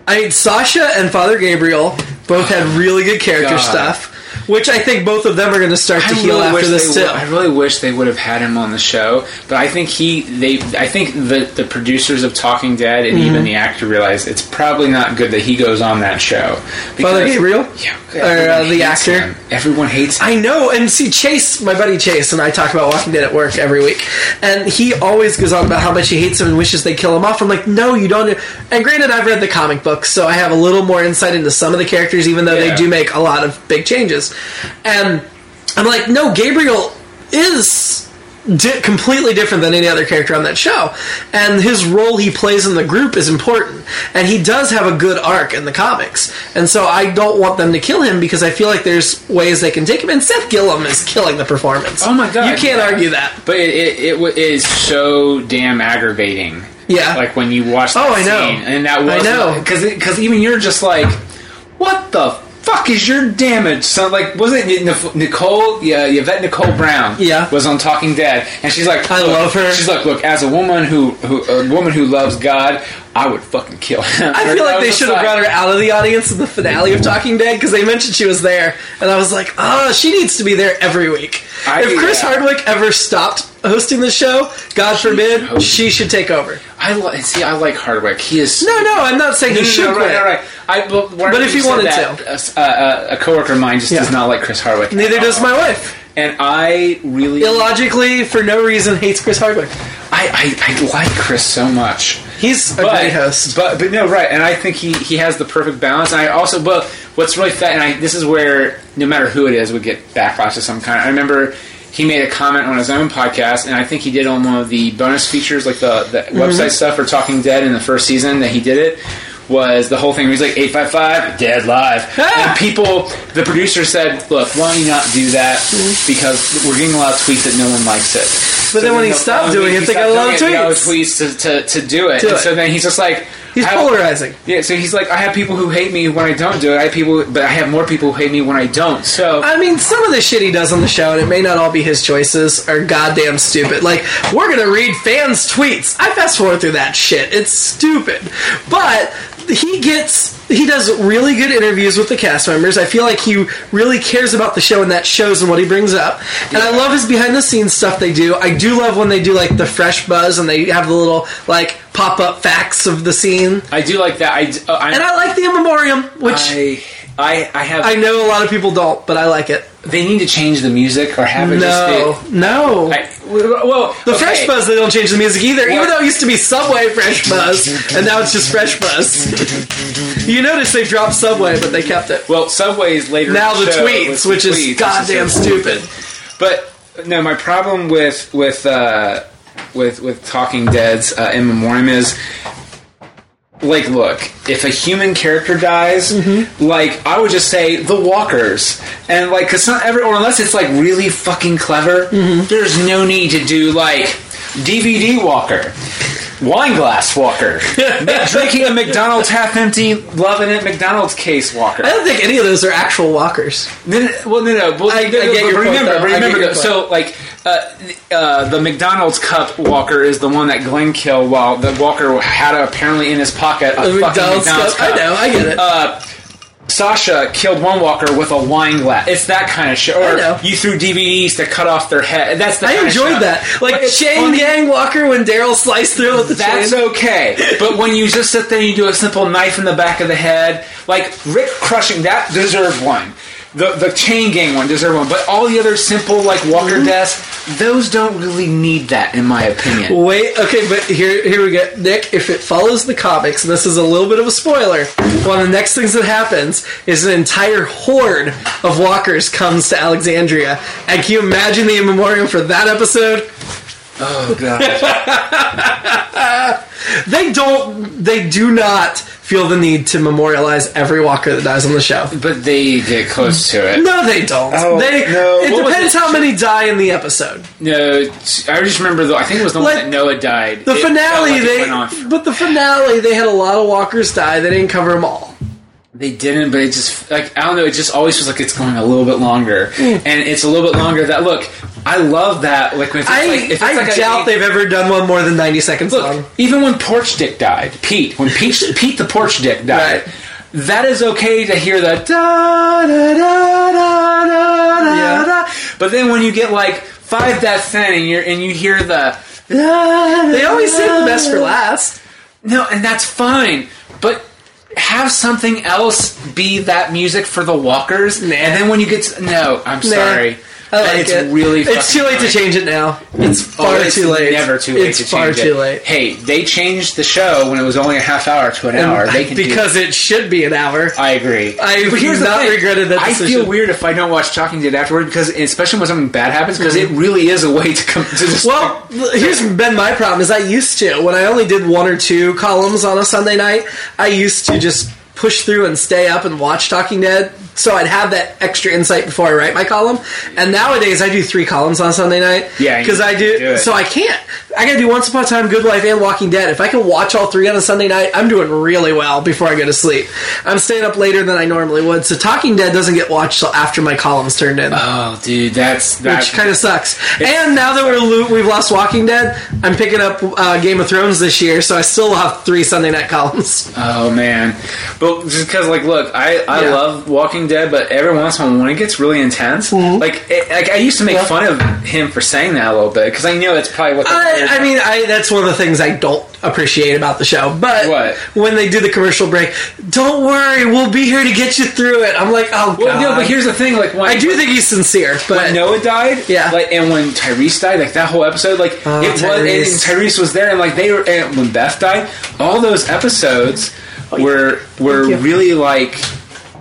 I mean, Sasha and Father Gabriel both had really good character God. stuff, which I think both of them are going to start to heal after this they too. would, I really wish they would have had him on the show, but I think he they I think the the producers of Talking Dead and Mm-hmm. even the actor realize it's probably not good that he goes on that show. Father Gabriel? yeah, Or, uh, everyone the hates actor? him. Everyone hates him. I know, and see, Chase, my buddy Chase, and I talk about Walking Dead at work every week, and he always goes on about how much he hates him and wishes they kill him off. I'm like, no, you don't. And granted, I've read the comic books, so I have a little more insight into some of the characters, even though they Yeah. do make a lot of big changes. And I'm like, no, Gabriel is di- completely different than any other character on that show. And his role he plays in the group is important. And he does have a good arc in the comics. And so I don't want them to kill him because I feel like there's ways they can take him. And Seth Gillum is killing the performance. Oh my God. You can't argue that. But it, it, it, wa- it is so damn aggravating. Yeah. Like when you watch that Oh, I know. scene, And that I was. know. Because even you're just like, what the fuck is your damage? So, like, was it Nic- Nicole, yeah, Yvette Nicole Brown? Yeah. Was on Talking Dead. And she's like, I look- love her. She's like, look, as a woman who, who a woman who loves God, I would fucking kill him. I feel like they should have brought her out of the audience in the finale of Talking Dead because they mentioned she was there, and I was like, oh, she needs to be there every week. I- if Chris yeah. Hardwick ever stopped hosting the show, God should forbid, host she should take over. I li- see, I like Hardwick. He is No, no, I'm not saying No, he no, should no, right, quit. right, right. I, but, But if he wanted to, uh, uh, a coworker of mine just Yeah. does not like Chris Hardwick. Neither at does all. my wife. And I really, I, Illogically, for no reason, hates Chris Hardwick. I, I like Chris so much. He's a But, great host. but but no right, and I think he, he has the perfect balance. And I also, but what's really fat, and I, this is where no matter who it is, we get backlash of some kind. I remember he made a comment on his own podcast, and I think he did on one of the bonus features, like the, the website stuff for Talking Dead in the first season that he did it. Was the whole thing? Where he's like eight five five dead live, and people. The producer said, "Look, why don't you not do that? Because we're getting a lot of tweets that no one likes it." But then when he no- stopped oh, doing he it, they stopped got a lot doing of it, they got a lot tweets. tweets to, to, to do it. Do and it. So then he's just like He's I- polarizing. Yeah, so he's like, I have people who hate me when I don't do it. I have people, but I have more people who hate me when I don't. So I mean, some of the shit he does on the show, and it may not all be his choices, are goddamn stupid. Like, we're gonna read fans' tweets. I fast forward through that shit. It's stupid. But he gets, he does really good interviews with the cast members. I feel like he really cares about the show, and that shows in what he brings up. And I love his behind the scenes stuff they do. I do love when they do, like, the fresh buzz and they have the little, like, pop up facts of the scene. I do like that. I d- uh, I, And I like the in memoriam, which. I, I I have. I know a lot of people don't, but I like it. they need to change the music or have it No, just. no. I, well, the okay. Fresh Buzz, they don't change the music either, even What? though it used to be Subway Fresh Buzz, and now it's just Fresh Buzz. you notice they dropped Subway, but they kept it. Well, Subway's later. Now in the show was tweets, the which tweets, is goddamn so stupid. But no, my problem with with uh, with with Talking Dead's uh, in memoriam is like look if a human character dies like i would just say the walkers and like because not every or unless it's like really fucking clever there's no need to do like dvd walker wine glass walker drinking a mcdonald's half empty loving it mcdonald's case walker I don't think any of those are actual walkers. no, no, well, no, no. Well, I- I no, no, get but your point, remember, though. I get remember. your though, so, like, uh, uh, the McDonald's cup walker is the one that Glenn killed, while the walker had apparently in his pocket a The fucking Oh, McDonald's, cup. I know, I get it. Sasha killed one walker with a wine glass. It's that kind of shit. I Or know. you threw DVDs to cut off their head. That's the I kind of enjoyed shit. that. Like it's Shane funny. Yang Walker when Daryl sliced through with the That's chain. okay. But when you just sit there and you do a simple knife in the back of the head, like Rick crushing that deserved one. The the chain gang one deserved one. But all the other simple like Walker Mm-hmm. deaths, those don't really need that in my opinion. Wait, okay, but here here we go. Nick, if it follows the comics, and this is a little bit of a spoiler, one of the next things that happens is an entire horde of walkers comes to Alexandria. And can you imagine the in memoriam for that episode? Oh god. They don't they do not feel the need to memorialize every walker that dies on the show. but they get close to it. No, they don't. Oh, they no. it What was depends it? how many die in the episode. No, t- I just remember though. I think it was the Like, one that Noah died. The It felt finale, like it they went on for- but the finale, they had a lot of walkers die. They didn't cover them all. They didn't, but it just like I don't know. It just always feels like it's going a little bit longer, Mm. and it's a little bit longer. That look, I love that. Like if it's I like, if it's I like a- doubt they've ever done one more than ninety seconds long. Look, even when Porch Dick died, Pete, when Pete, Pete the Porch Dick died, Right. that is okay to hear the da da da da da da. Yeah. da. But then when you get like five deaths in, and you are and you hear the da, They always save the best for last. no, and that's fine, but have something else be that music for the Walkers, and then when you get to, no, I'm sorry, I like it's it. really it's fucking too late annoying. to change it now. It's Oh, far it's too late. Never too late. It's to far change too it. late. Hey, they changed the show when it was only a half hour to an hour. They can do because it should be an hour. I agree. I but here's not the thing. regretted that I decision. feel weird if I don't watch Talking Dead afterward because, especially when something bad happens, because it really is a way to come to this. Mm-hmm. Well, here's been my problem is I used to when I only did one or two columns on a Sunday night, I used to just push through and stay up and watch Talking Dead so I'd have that extra insight before I write my column. And nowadays I do three columns on Sunday night. Yeah, you because I do, do it. so I can't. I gotta do Once Upon a Time, Good Life, and Walking Dead. If I can watch all three on a Sunday night, I'm doing really well before I go to sleep. I'm staying up later than I normally would, so Talking Dead doesn't get watched till after my column's turned in oh, dude, that's which kind of sucks. And now that we're lo- we've lost Walking Dead, I'm picking up uh, Game of Thrones this year, so I still have three Sunday night columns. Oh man, but just because like, look, I I Yeah. love Walking Dead, but every once in a while when it gets really intense, like it, like I used to make Mm-hmm. Yeah. fun of him for saying that a little bit because I know that's probably what. The I, I mean, I, that's one of the things I don't appreciate about the show. But What? when they do the commercial break, don't worry, we'll be here to get you through it. I'm like, oh god. well, no, but here's the thing, like when I do think he's sincere, but when Noah died, Yeah. like and when Tyrese died, like that whole episode, like Oh, it was and Tyrese. Tyrese was there, and like they were, and when Beth died, all those episodes were were Oh, you. really like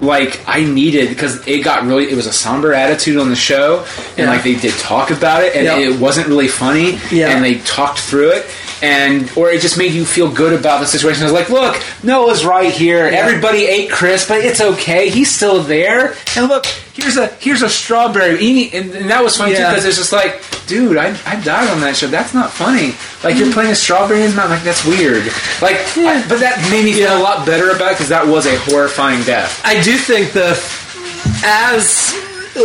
like I needed because it got really it was a somber attitude on the show, and Yeah. like they did talk about it, and Yep. it wasn't really funny, Yeah. and they talked through it. And or it just made you feel good about the situation. I was like, "Look, Noah's right here. Everybody ate Chris, but it's okay. He's still there. And look, here's a here's a strawberry." Eat- And, and that was funny too Yeah. because it's just like, dude, I, I died on that show. That's not funny. Like you're playing a strawberry and not like that's weird. Like, I- but that made me feel a lot better about it because that was a horrifying death. I do think the as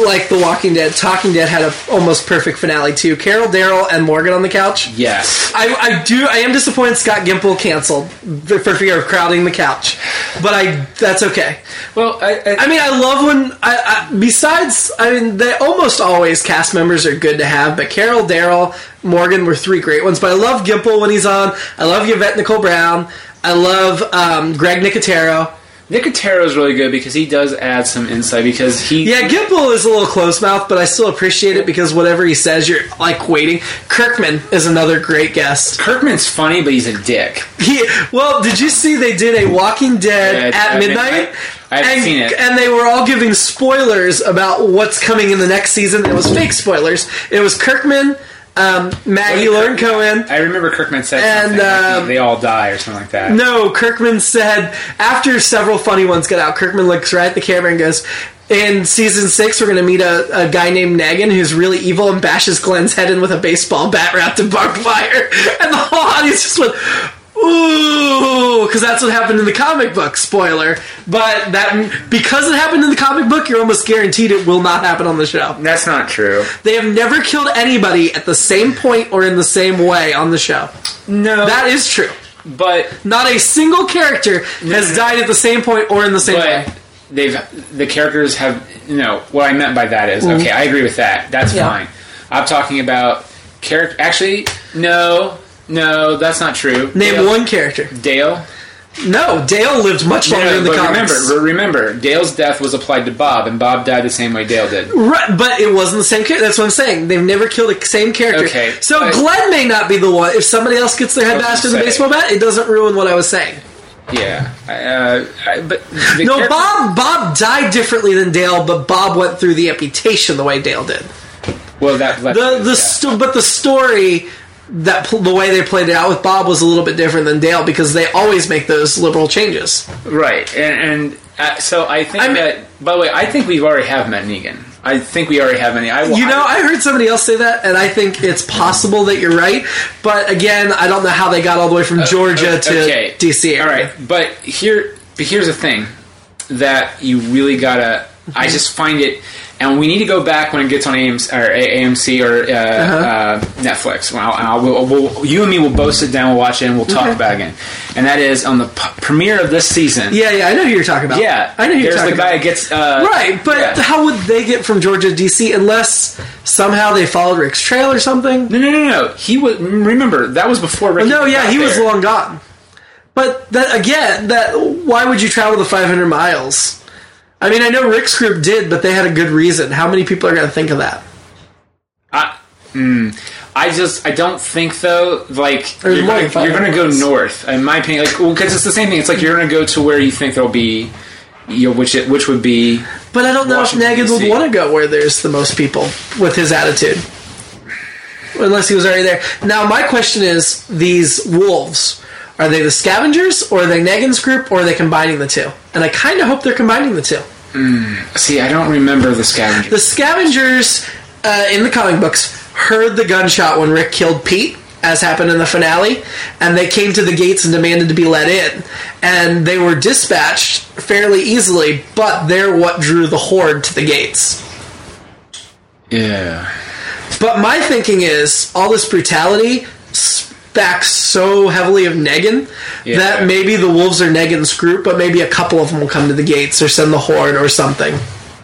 like The Walking Dead, Talking Dead had a almost perfect finale too. Carol, Daryl, and Morgan on the couch. Yes. I, I do. I am disappointed Scott Gimple canceled for for fear of crowding the couch, but I that's okay. Well, I, I, I mean, I love when I, I besides. I mean, they almost always cast members are good to have, but Carol, Daryl, Morgan were three great ones. But I love Gimple when he's on. I love Yvette Nicole Brown. I love um, Greg Nicotero. Nicotero is really good because he does add some insight because he Yeah, Gimple is a little close mouth, but I still appreciate it because whatever he says, you're like waiting. Kirkman is another great guest. Kirkman's funny, but he's a dick. He, well, did you see they did a Walking Dead Yeah, at I- I- midnight? I- I haven't and, seen it. And they were all giving spoilers about what's coming in the next season. It was fake spoilers. It was Kirkman, um, Maggie Lauren Cohen. I remember Kirkman said And, something. like, um, they all die or something like that. No, Kirkman said after several funny ones get out, Kirkman looks right at the camera and goes, "In season six, we're going to meet a, a guy named Negan who's really evil and bashes Glenn's head in with a baseball bat wrapped in barbed wire," and the whole audience just went. Ooh, because that's what happened in the comic book. Spoiler, but that because it happened in the comic book, you're almost guaranteed it will not happen on the show. That's not true. They have never killed anybody at the same point or in the same way on the show. No, That is true. but Not a single character has died at the same point or in the same way. but they've the characters have you know what I meant by that is, okay. I agree with that. That's Mm-hmm. Yeah. fine. I'm talking about character. Actually, no, no, that's not true. Name Dale, one character. Dale. No, Dale lived much longer No, in the but comics. remember, remember, Dale's death was applied to Bob, and Bob died the same way Dale did. Right, but it wasn't the same character. That's what I'm saying. They've never killed the same character. Okay, So but- Glenn may not be the one. If somebody else gets their head That's what bashed I'm with a saying. baseball bat, it doesn't ruin what I was saying. Yeah, I, uh, I, but the No, character- Bob Bob died differently than Dale, but Bob went through the amputation the way Dale did. Well, that led the to the his death. sto- but the story that pl- the way they played it out with Bob was a little bit different than Dale because they always make those liberal changes. right, and, and uh, so I think I'm- that. By the way, I think we already have met Negan. I think we already have any. I, You know, I heard somebody else say that, and I think it's possible that you're right. But again, I don't know how they got all the way from Georgia to Uh, okay. DC. area. All right, but here, but here's the thing that you really gotta. I Mhm. just find it, and we need to go back when it gets on AMC or, A- AMC or uh, Uh-huh. uh Netflix. Well, I'll, we'll, we'll, you and me will both sit down, we'll watch it, and we'll talk Okay. about it again. And that is on the p- premiere of this season. Yeah, yeah, I know who you're talking about. yeah. I know who you're There's talking the guy about. that gets uh, Right, but yeah. how would they get from Georgia to DC unless somehow they followed Rick's trail or something? No, no, no, no. He was. Remember, that was before. Ricky No, yeah, got he was there. long gone. But that again, that why would you travel the 500 miles? I mean, I know Rick's group did, but they had a good reason. How many people are going to think of that? I, mm, I just, I don't think though. Like There's you're more gonna, than five you're gonna go hours. north, in my opinion. Like, well, because it's the same thing. It's like you're gonna go to where you think there'll be, you know, which it, which would be. But I don't know Washington, if Negan DC. would want to go where there's the most people with his attitude. Unless he was already there. Now, my question is these wolves, are they the scavengers, or are they Negan's group, or are they combining the two? And I kind of hope they're combining the two. See, I don't remember the scavenger. The scavengers uh, in the comic books heard the gunshot when Rick killed Pete, as happened in the finale, and they came to the gates and demanded to be let in. And they were dispatched fairly easily, but they're what drew the horde to the gates. yeah. But my thinking is all this brutality backs so heavily of Negan Yeah. that maybe the wolves are Negan's group, but maybe a couple of them will come to the gates or send the horde or something.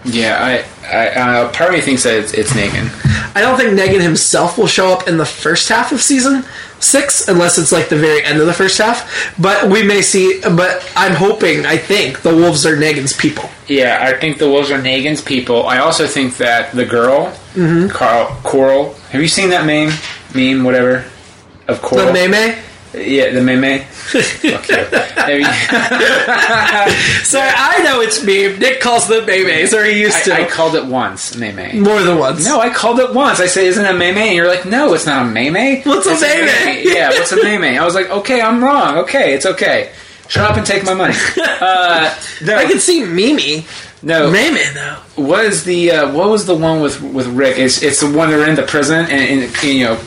Yeah. I. I uh, part of me thinks that it's, it's Negan. I don't think Negan himself will show up in the first half of season six, unless it's like the very end of the first half. But we may see. But I'm hoping. I think the wolves are Negan's people. Yeah, I think the wolves are Negan's people. I also think that the girl, Mm-hmm. Carl, Coral. Have you seen that meme? Meme, whatever. Of The Coral. Meme. Yeah, the meme. Fuck you. There you- Sorry, I know it's meme. Nick calls them memes, or he used to I, I called it once, meme. more than once. No, I called it once. I said, "Isn't it a meme?" And you're like, "No, it's not a meme." What's a It's meme? Yeah, what's a meme? I was like, "Okay, I'm wrong. Okay, it's okay. Shut up and take my money." Uh, no, I can see Mimi. no. Meme though. What is the uh, what was the one with with Rick? It's it's the one they're in the prison, and, and you know,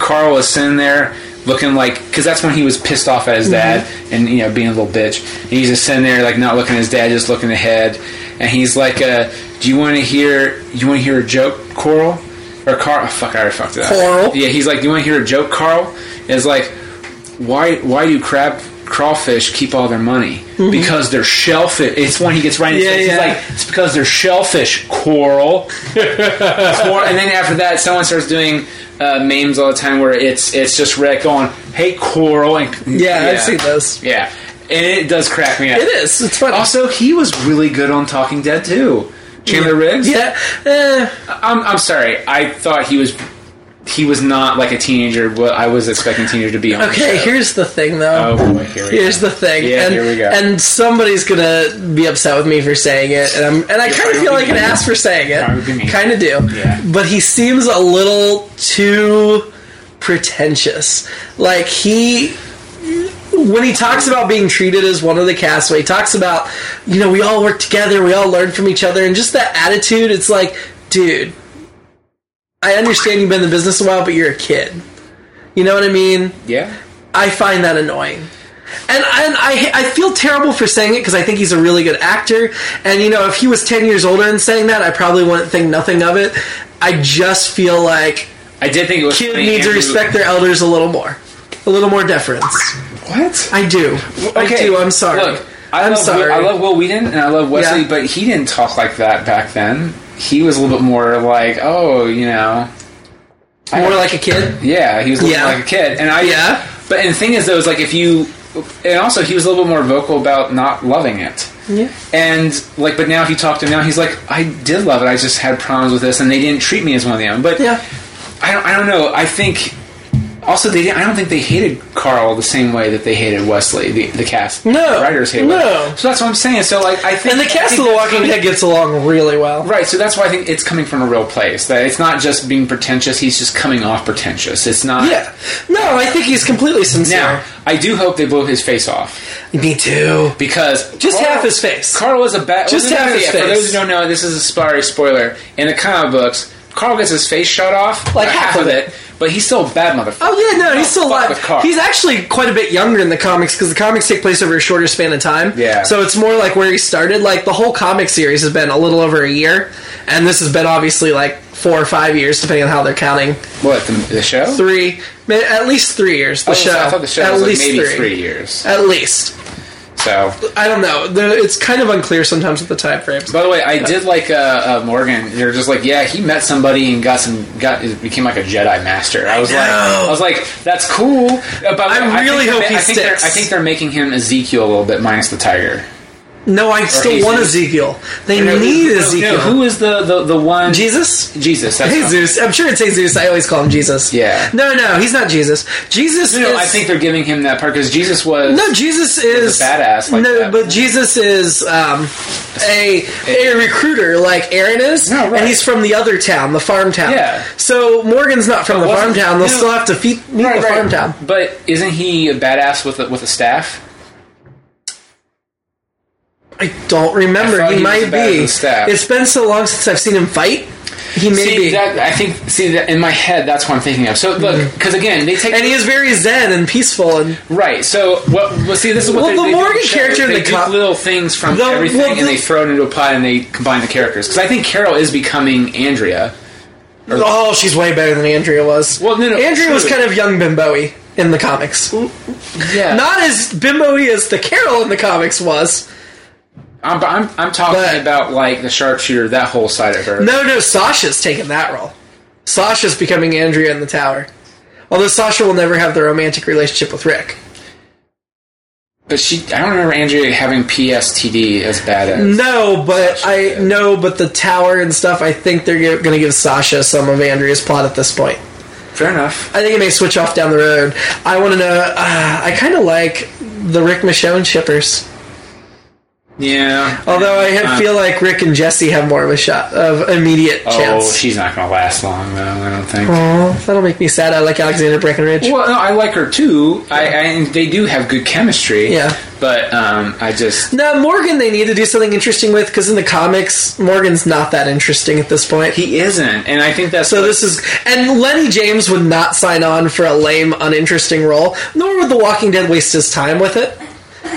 Carl is sitting there looking like because that's when he was pissed off at his dad, and you know, being a little bitch. And he's just sitting there like not looking at his dad, just looking ahead, and he's like, uh, "Do you want to hear? You want to hear a joke, Coral?" Or Carl? fuck, I already fucked it up. Coral? Yeah, he's like, "Do you want to hear a joke, Carl?" And it's like, why why do crab crawfish keep all their money? Because they're shellfish. It's when he gets right in his Mm-hmm. Yeah, face. yeah. He's like, it's because they're shellfish, coral. Cor- and then after that, someone starts doing uh, memes all the time where it's it's just Rick going, "Hey, coral." And, Yeah, I've seen those. Yeah, and it does crack me up. It is. It's funny. Also, he was really good on Talking Dead too. Chandler Riggs. yeah. Eh. I'm, I'm sorry. I thought he was. he was not like a teenager. What I was expecting teenager to be on. the Okay, show. here's the thing, though. Oh boy, here we go. Here's the thing, Yeah, and here we go. and somebody's gonna be upset with me for saying it, and I'm and I kind probably of feel would like be an me. ass for saying Probably would be me. it, kind of do. Yeah. But he seems a little too pretentious. Like he, when he talks about being treated as one of the castaway, he talks about you know we all work together, we all learn from each other, and just that attitude. It's like, dude, I understand you've been in the business a while, but you're a kid. You know what I mean? yeah. I find that annoying. And, and I, I feel terrible for saying it because I think he's a really good actor. And, you know, if he was 10 years older and saying that, I probably wouldn't think nothing of it. I just feel like I did think it was kid funny, needs to Andrew- respect their elders a little more. A little more deference. What? I do. I do. I'm sorry. Look, I I'm love sorry. Will, I love Will Wheaton and I love Wesley, Yeah. but he didn't talk like that back then. He was a little bit more like, oh, you know, more like a kid. yeah, he was a little Yeah. like a kid, and I Yeah. But and the thing is, though, is like if you, and also he was a little bit more vocal about not loving it. Yeah. And like, but now if you talk to him now, he's like, I did love it. I just had problems with this, and they didn't treat me as one of them. But Yeah. I don't, I don't know. I think also they didn't, I don't think they hated Carl the same way that they hated Wesley. The, the cast, No. the writers hated. No. Wesley. so that's what I'm saying. So like, I think And the cast of The Walking Dead gets along really well. Right, so that's why I think it's coming from a real place. That it's not just being pretentious; he's just coming off pretentious. It's not. Yeah. No, I think he's completely Now, sincere. I do hope they blow his face off Me too. because Just half his face. Oh, Carl is a bad. Just well, no, no, half no, his yeah, For face. those who don't know, this is a spoiler. Spoiler in the comic books, Carl gets his face shot off, Like uh, half of it. but he's still a bad motherfucker. Oh yeah, no, he's still fuck alive. with Carl. He's actually quite a bit younger in the comics because the comics take place over a shorter span of time. Yeah. So it's more like where he started. Like the whole comic series has been a little over a year, and this has been obviously like four or five years, depending on how they're counting. What the, the show? Three, ma- at least three years. The Oh, show, I thought the show at was least like maybe three. years. At least. So, I don't know. The- It's kind of unclear sometimes with the time frames. by the way, I did like uh, uh, Morgan. You're just like, yeah, he met somebody and got some, got became like a Jedi master. I was like, I was like, that's cool. Uh, but I really hope he I think they're- sticks. I think they're making him Ezekiel a little bit, minus the tiger. No, I still he's- want Ezekiel. They No, need no, no, Ezekiel. who is the the, the one? Jesus. Jesus. That's Hey Zeus. I'm sure it's hey Zeus. I always call him Jesus. Yeah. No, no, he's not Jesus. Jesus No, is. no, I think they're giving him that part because Jesus was. No, Jesus is a badass like no, that. but Jesus is um, a a recruiter like Aaron is, No, right. and he's from the other town, the farm town. Yeah. So Morgan's not from the farm wasn't- town. They'll no. still have to feed, meet Right, the right. farm town. But isn't he a badass with a, with a staff? I don't remember. I thought he, he was might the bad be. with the staff. It's been so long since I've seen him fight. He may see, be. that, I think. See, that in my head, that's what I'm thinking of. So look, because again, they take Mm-hmm. and he is very zen and peaceful and right. So what? Well, see, this is what Well, they, the they do Morgan shows. character in They the do co- little things from The- everything, well, and they the- throw it into a pot, and they combine the characters. Because I think Carol is becoming Andrea. oh, she's way better than Andrea was. Well, no, no, Andrea was true. kind of young Bimboey in the comics. Yeah, not as bimbo-y as the Carol in the comics was. I'm, I'm, I'm talking But- about like the sharpshooter, that whole side of her. No, no, Sasha's taking that role. Sasha's becoming Andrea in the tower. Although Sasha will never have the romantic relationship with Rick. But she, I don't remember Andrea having PSTD as bad Mm. as. No, but Sasha, I yeah. no, but the tower and stuff. I think they're going to give Sasha some of Andrea's plot at this point. Fair enough. I think it may switch off down the road. I want to know. Uh, I kind of like the Rick Michonne shippers. Yeah. Although I have, Uh, feel like Rick and Jesse have more of a shot of immediate Oh, chance. she's not going to last long, though. I don't think. Aw, that'll make me sad. I like Alexander Breckenridge. Well, no, I like her too. I, I and they do have good chemistry. Yeah. But um, I just Now Morgan, they need to do something interesting with because in the comics, Morgan's not that interesting at this point. he isn't, and I think that's so what- this is, and Lenny James would not sign on for a lame, uninteresting role. Nor would The Walking Dead waste his time with it.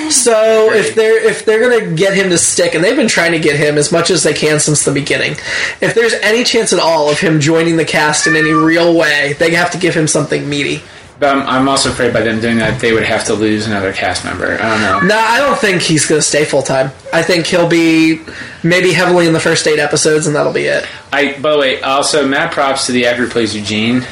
So if they're if they're gonna get him to stick, and they've been trying to get him as much as they can since the beginning, if there's any chance at all of him joining the cast in any real way, they have to give him something meaty. But I'm, I'm also afraid by them doing that they would have to lose another cast member. I don't know. No, I don't think he's gonna stay full time. I think he'll be maybe heavily in the first eight episodes, and that'll be it. I by the way, also mad props to the actor who plays Eugene.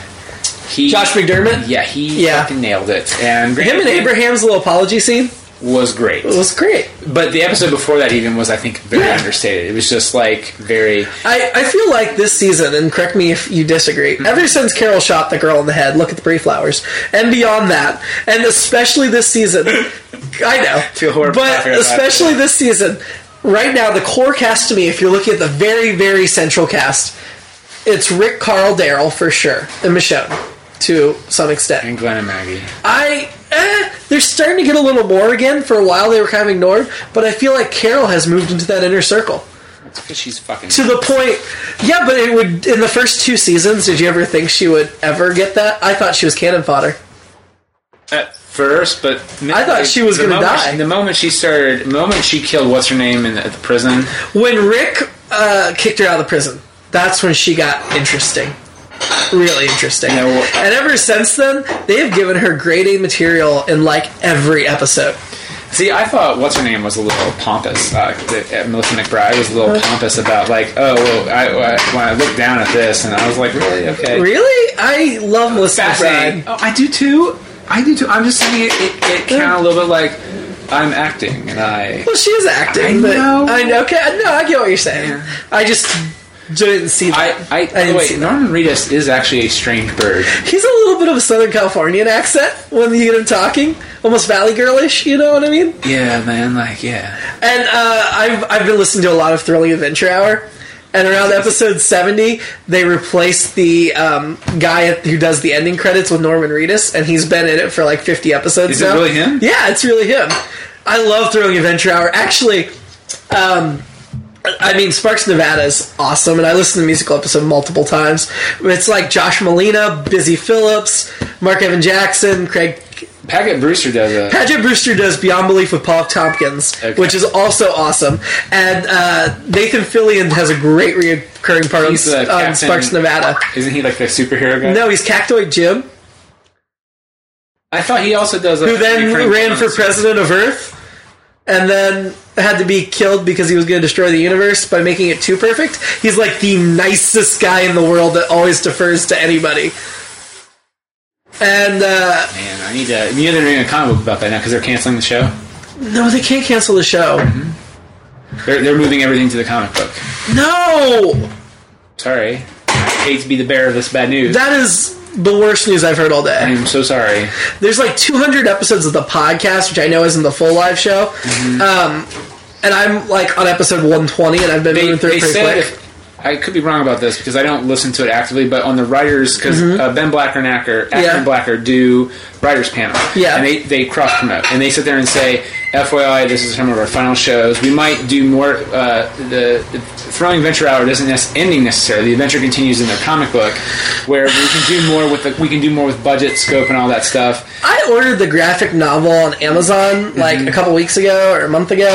He Josh McDermott? Yeah, he Yeah. fucking nailed it. And Him and Abraham's little apology scene. was great. It was great. But the episode before that even was, I think, very Yeah. understated. It was just like very. I, I feel like this season, and correct me if you disagree, ever since Carol shot the girl in the head, look at the Brie Flowers, and beyond that, and especially this season, I know. Feel horrible But after that. especially this season, right now, the core cast to me, if you're looking at the very, very central cast, it's Rick, Carl, Daryl for sure, and Michonne to some extent. And Glenn and Maggie. I eh, they're starting to get a little more again. For a while they were kind of ignored, but I feel like Carol has moved into that inner circle It's 'cause she's fucking. to the point. Yeah, but it would in the first two seasons. Did you ever think she would ever get that? I thought she was cannon fodder. At first, but I thought she was the gonna moment die. she- the moment she started, the moment she killed what's her name in the, at the prison. When Rick uh, kicked her out of the prison, that's when she got interesting. Really interesting. Yeah, well- and ever since then, they have given her grade A material in like every episode. See, I thought what's her name was a little pompous. Uh, the, uh, Melissa McBride was a little pompous about like, oh, well, I, I, when I looked down at this, and I was like, really, okay, Really? I love Melissa fascinating. McBride. Oh, I do too. I do too. I'm just saying it, it, it kind of a little bit like I'm acting, and I. Well, she is acting. I but know. I know. Okay. No, I get what you're saying. I just didn't see I, that. I, didn't see wait, that. Norman Reedus is actually a strange bird. He's a little bit of a Southern Californian accent when you get him talking, almost Valley Girlish. You know what I mean? Yeah, man, like, yeah. And uh, I've I've been listening to a lot of Thrilling Adventure Hour, and around episode seventy, they replaced the um, guy at- who does the ending credits with Norman Reedus, and he's been in it for like fifty episodes. Is it now. really him? Yeah, it's really him. I love Thrilling Adventure Hour. Actually, um, I mean Sparks Nevada is awesome, and I listened to the musical episode multiple times. It's like Josh Molina, Busy Phillips, Mark Evan Jackson, Craig Paget Brewster does a. Paget Brewster does Beyond Belief with Paul F. Tompkins, Okay. which is also awesome. And uh, Nathan Fillion has a great recurring part on, He's the on captain. Sparks, Nevada. Isn't he like the superhero guy? No, he's Cactoid Jim, I thought he also does. A who then ran for president of Earth, and then had to be killed because he was going to destroy the universe by making it too perfect. He's like the nicest guy in the world that always defers to anybody. And uh, Man, I need to. You know they're doing a comic book about that now because they're canceling the show. no, they can't cancel the show. Mm-hmm. They're they're moving everything to the comic book. No, Sorry, I hate to be the bearer of this bad news. that is the worst news I've heard all day. I'm so sorry. there's like 200 episodes of the podcast, which I know isn't the full live show. Mm-hmm. Um, and I'm like on episode 120, and I've been They, moving through they it pretty said quick. if, I could be wrong about this because I don't listen to it actively, but on the writers because uh, Ben Blacker and Acker, Acker Mm-hmm. Yeah. and Blacker do writers panel, Yeah. and they they cross promote and they sit there and say, FYI, this is some of our final shows. We might do more. Uh, the, the Throwing Adventure Hour doesn't nec- ending necessarily. The adventure continues in their comic book, where we can do more with the, we can do more with budget, scope, and all that stuff. I ordered the graphic novel on Amazon like Mm-hmm. a couple weeks ago or a month ago,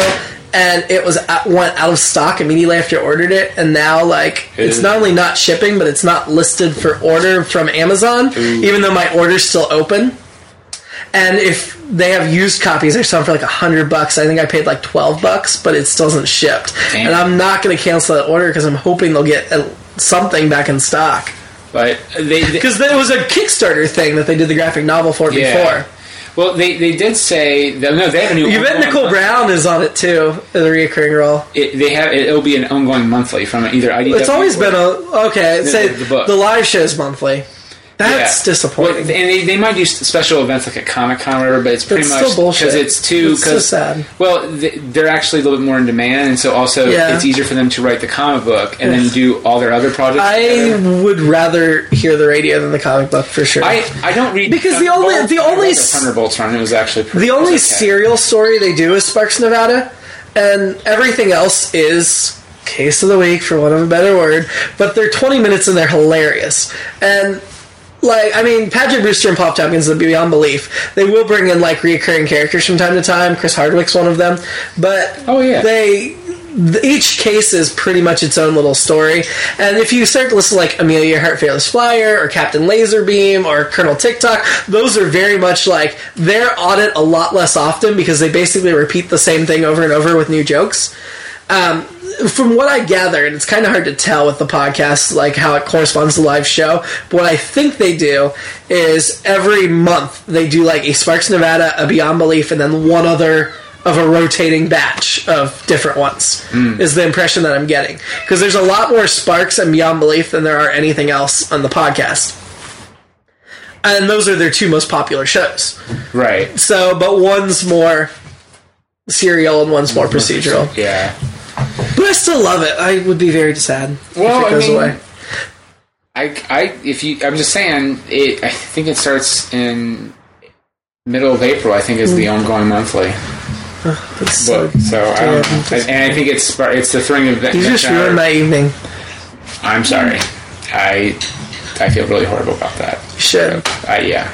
and it was out, went out of stock immediately after I ordered it. And now, like, it's Ooh. not only not shipping, but it's not listed for order from Amazon, even though my order's still open. And if they have used copies, they're selling for like a hundred bucks. I think I paid like twelve bucks, but it still isn't shipped. Damn. And I'm not going to cancel that order because I'm hoping they'll get uh, something back in stock. But they, they Because that was a Kickstarter thing that they did the graphic novel for Yeah. before. Well, they, they did say that, no. They have a new. You bet ongoing Nicole month- Brown is on it too, in the reoccurring role. It, they have it, will be an ongoing monthly from either IDW. It's always or- been a okay. Say the the, book. live show's monthly. That's Yeah. disappointing. Well, and they, they might do s- special events like at Comic Con or whatever, but it's pretty That's much still bullshit. because it's too. It's so Cause, sad. Well, th- they're actually a little bit more in demand, and so also Yeah. it's easier for them to write the comic book and then do all their other projects. together. I would rather hear the radio than the comic book for sure. I, I don't read Because the only- Thunderbolts. the I read only the s- Thunderbolts run. It was actually pretty, the only it was okay. serial story they do is Sparks Nevada, and everything else is case of the week, for want of a better word. But they're twenty minutes and they're hilarious. And like I mean, Patrick Brewster and Pop Tompkins are beyond belief. They will bring in like reoccurring characters from time to time. Chris Hardwick's one of them, but Oh, yeah. they th- each case is pretty much its own little story. And if you start to listen to like Amelia Hart Fearless Flyer or Captain Laserbeam or Colonel TikTok, those are very much like they're on it a lot less often because they basically repeat the same thing over and over with new jokes. um, from what I gathered, it's kind of hard to tell with the podcast, like how it corresponds to the live show. But what I think they do is every month they do like a Sparks Nevada, a Beyond Belief, and then one other of a rotating batch of different ones. Is the impression that I'm getting because there's a lot more Sparks and Beyond Belief than there are anything else on the podcast. And those are their two most popular shows. Right. So, but one's more serial and one's more procedural. Yeah. But I still love it. I would be very sad Well, if it I goes mean- away. I, I, if you, I'm just saying, it, I think it starts in middle of April. I think is the ongoing monthly It's Hmm. so- book. So I don't, and and I think it's sp- it's the thing of that. you just ruined my evening. I'm sorry. I, I feel really horrible about that. Shit. I, yeah.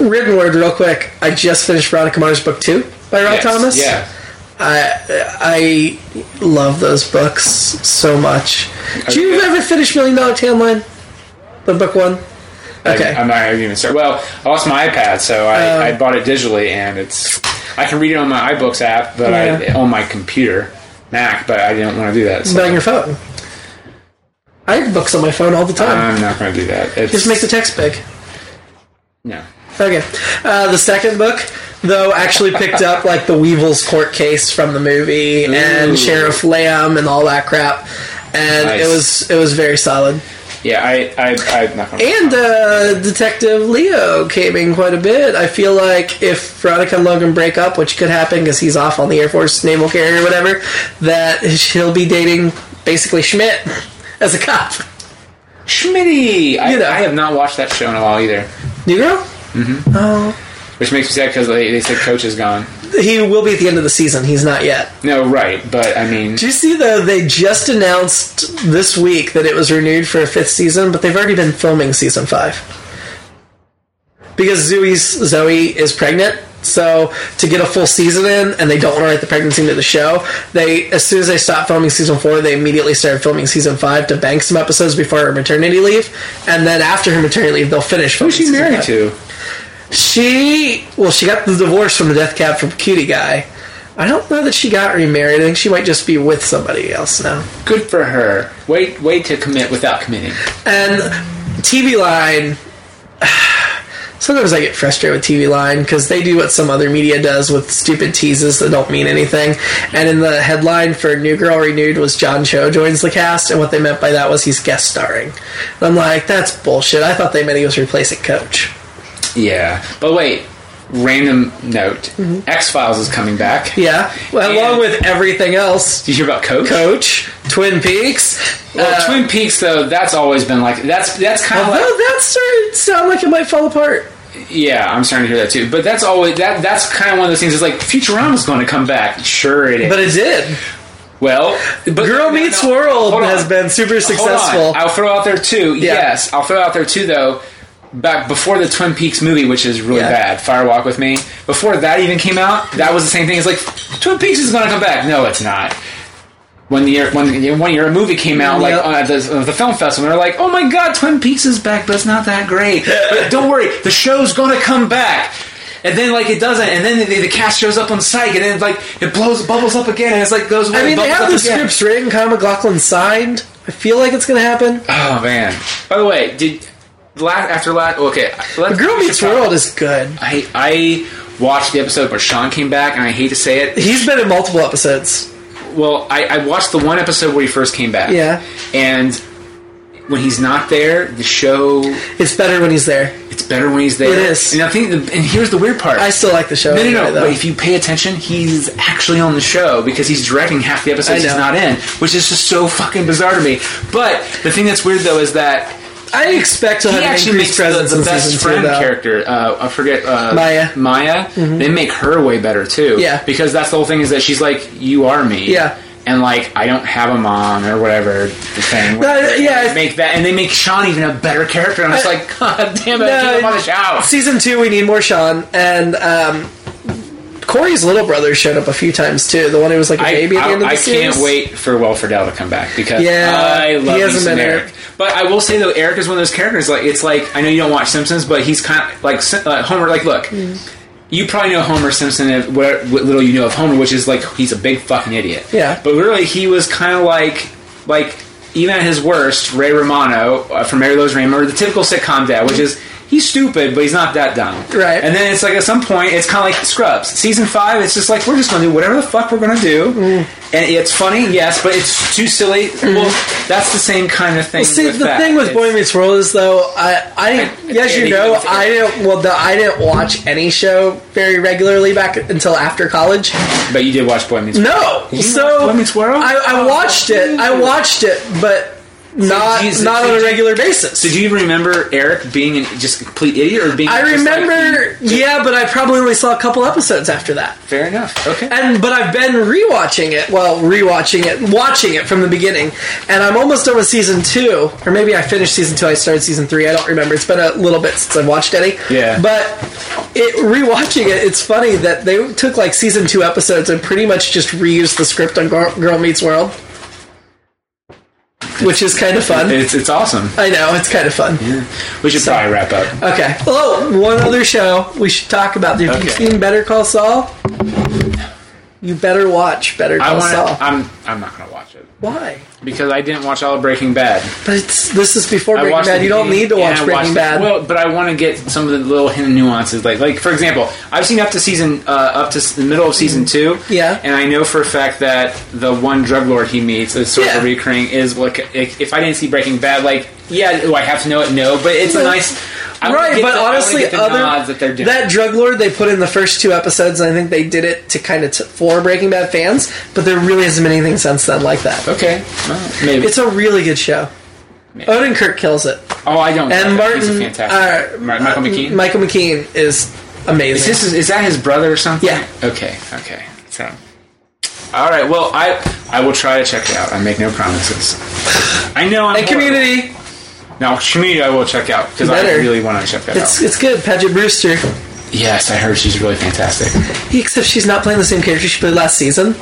Written word, real quick. I just finished Veronica Mars book two by Rob Yes. Thomas. Yeah. I love those books so much. Did you ever finish Million Dollar Tan Line? The book one. Okay. Oh. I, I'm not I haven't even started. Well, I lost my iPad, so I, I bought it digitally, and it's. I can read it on my iBooks app, but Yeah. I on my computer Mac, but I didn't want to do that. It's not So on your phone. I have books on my phone all the time. Uh, I'm not going to do that. It's, just make the text big. no. Okay. Uh, the second book, though, actually picked up like the Weevil's court case from the movie Ooh. and Sheriff Lamb and all that crap, and Nice. it was it was very solid. Yeah, I, I, I'm not going. And uh, Detective Leo came in quite a bit. I feel like if Veronica and Logan break up, which could happen because he's off on the Air Force naval carrier or whatever, that he'll be dating basically Schmidt as a cop. Schmitty. I, You know. I have not watched that show in a while either, New girl. Mm-hmm. Oh. which makes me sad because they, they said Coach is gone. He will be at the end of the season. He's not yet. No, right, but I mean, Do you see though? They just announced this week that it was renewed for a fifth season, but they've already been filming season five because Zoe's Zoe is pregnant. So to get a full season in, and they don't want to write the pregnancy into the show, they as soon as they stopped filming season four, they immediately started filming season five to bank some episodes before her maternity leave, and then after her maternity leave, they'll finish. who's she married to? to? She well, she got the divorce from the death cab from Cutie Guy. I don't know that she got remarried. I think she might just be with somebody else now. Good for her. Wait, wait to commit without committing. And TV Line. Sometimes I get frustrated with TV Line because they do what some other media does with stupid teases that don't mean anything. And in the headline for New Girl Renewed was John Cho joins the cast, and what they meant by that was he's guest starring. And I'm like, that's bullshit. I thought they meant he was replacing Coach. Yeah, but wait. Random note: X Files is coming back. Mm-hmm. Yeah, well, Yeah. along with everything else. Did you hear about Coach? Coach, Twin Peaks. Well, uh, Uh-huh. Twin Peaks though, that's always been like that's that's kind of like although that started to sound like it might fall apart. yeah, I'm starting to hear that too. But that's always that that's kind of one of those things. It's like Futurama's going to come back. Sure it is. But it did. well, but Girl no, Meets no, World hold on. has been super Hold on. successful. I'll throw out there too. Yes, I'll throw out there too though. Back before the Twin Peaks movie, which is really Yeah. bad, Fire Walk with Me. Before that even came out, that was the same thing. It's like Twin Peaks is going to come back. No, it's not. When the year when the- one year a movie came out, like Yep. on at the, at the film festival, they're like, "Oh my god, Twin Peaks is back, but it's not that great." But don't worry, the show's going to come back. And then like it doesn't, and then the, the cast shows up on psych, and then like it blows bubbles up again, and it's like goes away. I mean, they bubbles have up the again. scripts written. Kyle McLaughlin signed. I feel like it's going to happen. Oh man! By the way, did la- after last? Okay, let's, Girl we Meets should talk- World is good. I I watched the episode where Sean came back, and I hate to say it. He's been in multiple episodes. Well, I, I watched the one episode where he first came back. Yeah. and when he's not there, the show It's better when he's there. it's better when he's there. It is. And I think, the, and here's the weird part. I still like the show. no, no, anyway, no. though. But if you pay attention, he's actually on the show because he's directing half the episodes I he's know. not in, which is just so fucking bizarre to me. But the thing that's weird though is that I expect he'll he have an actually increased makes the, presence the in best season two, friend though. character. Uh, I forget uh, Maya. Mm-hmm. Maya. They make her way better too. Yeah. because that's the whole thing is that she's like, "You are me." Yeah. and like I don't have a mom or whatever the thing. No, yeah. They make that, and they make Sean even a better character. And I'm just I- like, God damn it, No, keep him on the show. Season two, we need more Sean and um, Corey's little brother showed up a few times too. The one who was like a I, baby at the I, end of the I series. can't wait for Will Friedle to come back because Yeah, I love he me hasn't some been Eric. Eric. But I will say though, Hmm. Eric is one of those characters. Like it's like I know you don't watch Simpsons, but he's kind of like Sim- uh, Homer. Like look, you probably know Homer Simpson if what, what little you know of Homer, which is like he's a big fucking idiot. Yeah. But really, he was kind of like like even at his worst, Ray Romano uh, from Mary Lowe's Raymond, or the typical sitcom dad, which is he's stupid, but he's not that dumb. Right. And then it's like at some point, it's kind of like Scrubs season five. It's just like we're just gonna do whatever the fuck we're gonna do, Mm. and it's funny, yes, but it's too silly. Well, that's the same kind of thing. Mm-hmm. See, with the that. thing with It's- Boy Meets World is though, I, I I- didn't, as you Andy know, Griffith. I didn't. Well, the, I didn't watch any show very regularly back until after college. but you did watch Boy Meets. No, You so watched Boy Meets World? I, I watched it. I watched it, but not Jesus, not on did a you- regular basis. Did you remember Eric being an, just a complete idiot or being? I just like- remember, yeah, but I probably only saw a couple episodes after that. fair enough. Okay. And but I've been rewatching it. Well, rewatching it, watching it from the beginning, and I'm almost done with season two, or maybe I finished season two. I started season three. I don't remember. It's been a little bit since I've watched any. Yeah. But it rewatching it, it's funny that they took like season two episodes and pretty much just reused the script on Girl, Girl Meets World, which is kind of fun. It's it's awesome. I know it's kind of fun. We should probably wrap up. Okay. Oh, one other show we should talk about. Have you Okay. seen Better Call Saul? You better watch Better I Call want. Saul. I'm I'm not gonna watch it Why? because I didn't watch all of Breaking Bad. But it's, this is before I Breaking watched Bad. the You don't beginning need to and watch I watched Breaking the- Bad. Well, but I want to get some of the little hidden nuances. Like like for example, I've seen up to season uh, up to s- the middle of season two. Mm. Yeah. And I know for a fact that the one drug lord he meets is sort Yeah. of a recurring is like if if I didn't see Breaking Bad, like yeah, do I have to know it? No, but it's a No. nice. I wanna right, get but the- I wanna honestly, get the other nods that they're doing. drug lord they put in the first two episodes, and I think they did it to kind of t- for Breaking Bad fans. But there really hasn't been anything since then like that. okay, well, maybe. It's a really good show. Odenkirk kills it, oh, I don't. and know. He's a Martin fantastic. Mar- Michael McKean. uh, Michael McKean is amazing. Is this is that his brother or something? Yeah. Okay. Okay. So. All right. Well, I I will try to check it out. I make no promises. I know. I'm and Community. Now, community, I will check out because I Better. really want to check that It's out. it's good. Paget Brewster. Yes, I heard she's really fantastic. Except she's not playing the same character she played last season.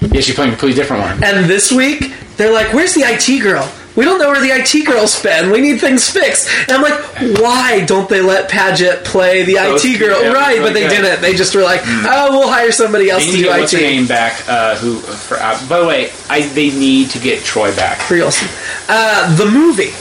Yeah, she's playing a completely different one. And this week, they're like, "Where's the IT girl? We don't know where the IT girl's been. We need things fixed." And I'm like, "Why don't they let Paget play the it's- IT girl?" yeah, it's right, really but they good. didn't. They just were like, "Oh, we'll hire somebody else Hmm. to They need do to get what's her IT." name back. Uh, who? For, uh, by the way, I they need to get Troy back. For real. Uh, the movie.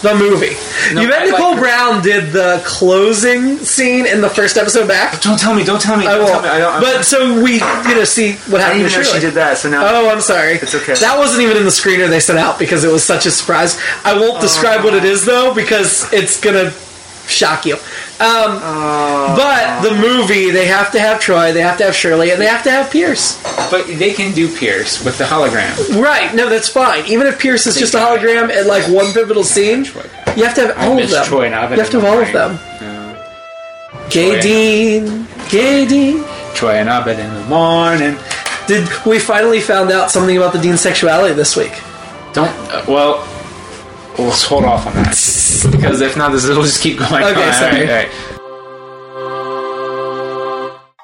The movie. you I bet like Nicole her. Brown did the closing scene in the first episode back. Don't tell me! Don't tell me! I don't won't. tell me! I don't. but so we, you know, see what I happened. to didn't even know she Shirley. did that. So now. Oh, I'm sorry. It's okay. That wasn't even in the screener they sent out because it was such a surprise. I won't describe what it is though because it's gonna shock you. Um, but the movie, they have to have Troy, they have to have Shirley, and they have to have Pierce. But they can do Pierce with the hologram. Right? No, that's fine. Even if Pierce is just a got it. hologram at like one pivotal scene, Troy back. you have to have I all of miss them. Troy and I've been you have to in have my all of them. mind. Gay Troy. Dean, Gay Dean. Troy and Abed in the morning. Did we finally found out something about the Dean's sexuality this week? Don't. Uh, well, let's hold off on that because if not, this will just keep going. on. Okay, sorry. All right,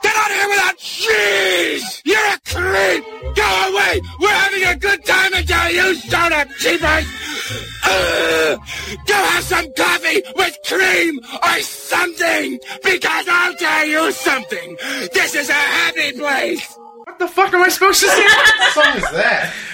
Get out of here without cheese! You're a creep! Go away! We're having a good time until you start up, cheapers! Ugh! go have some coffee with cream or something! Because I'll tell you something! This is a happy place! What song is that?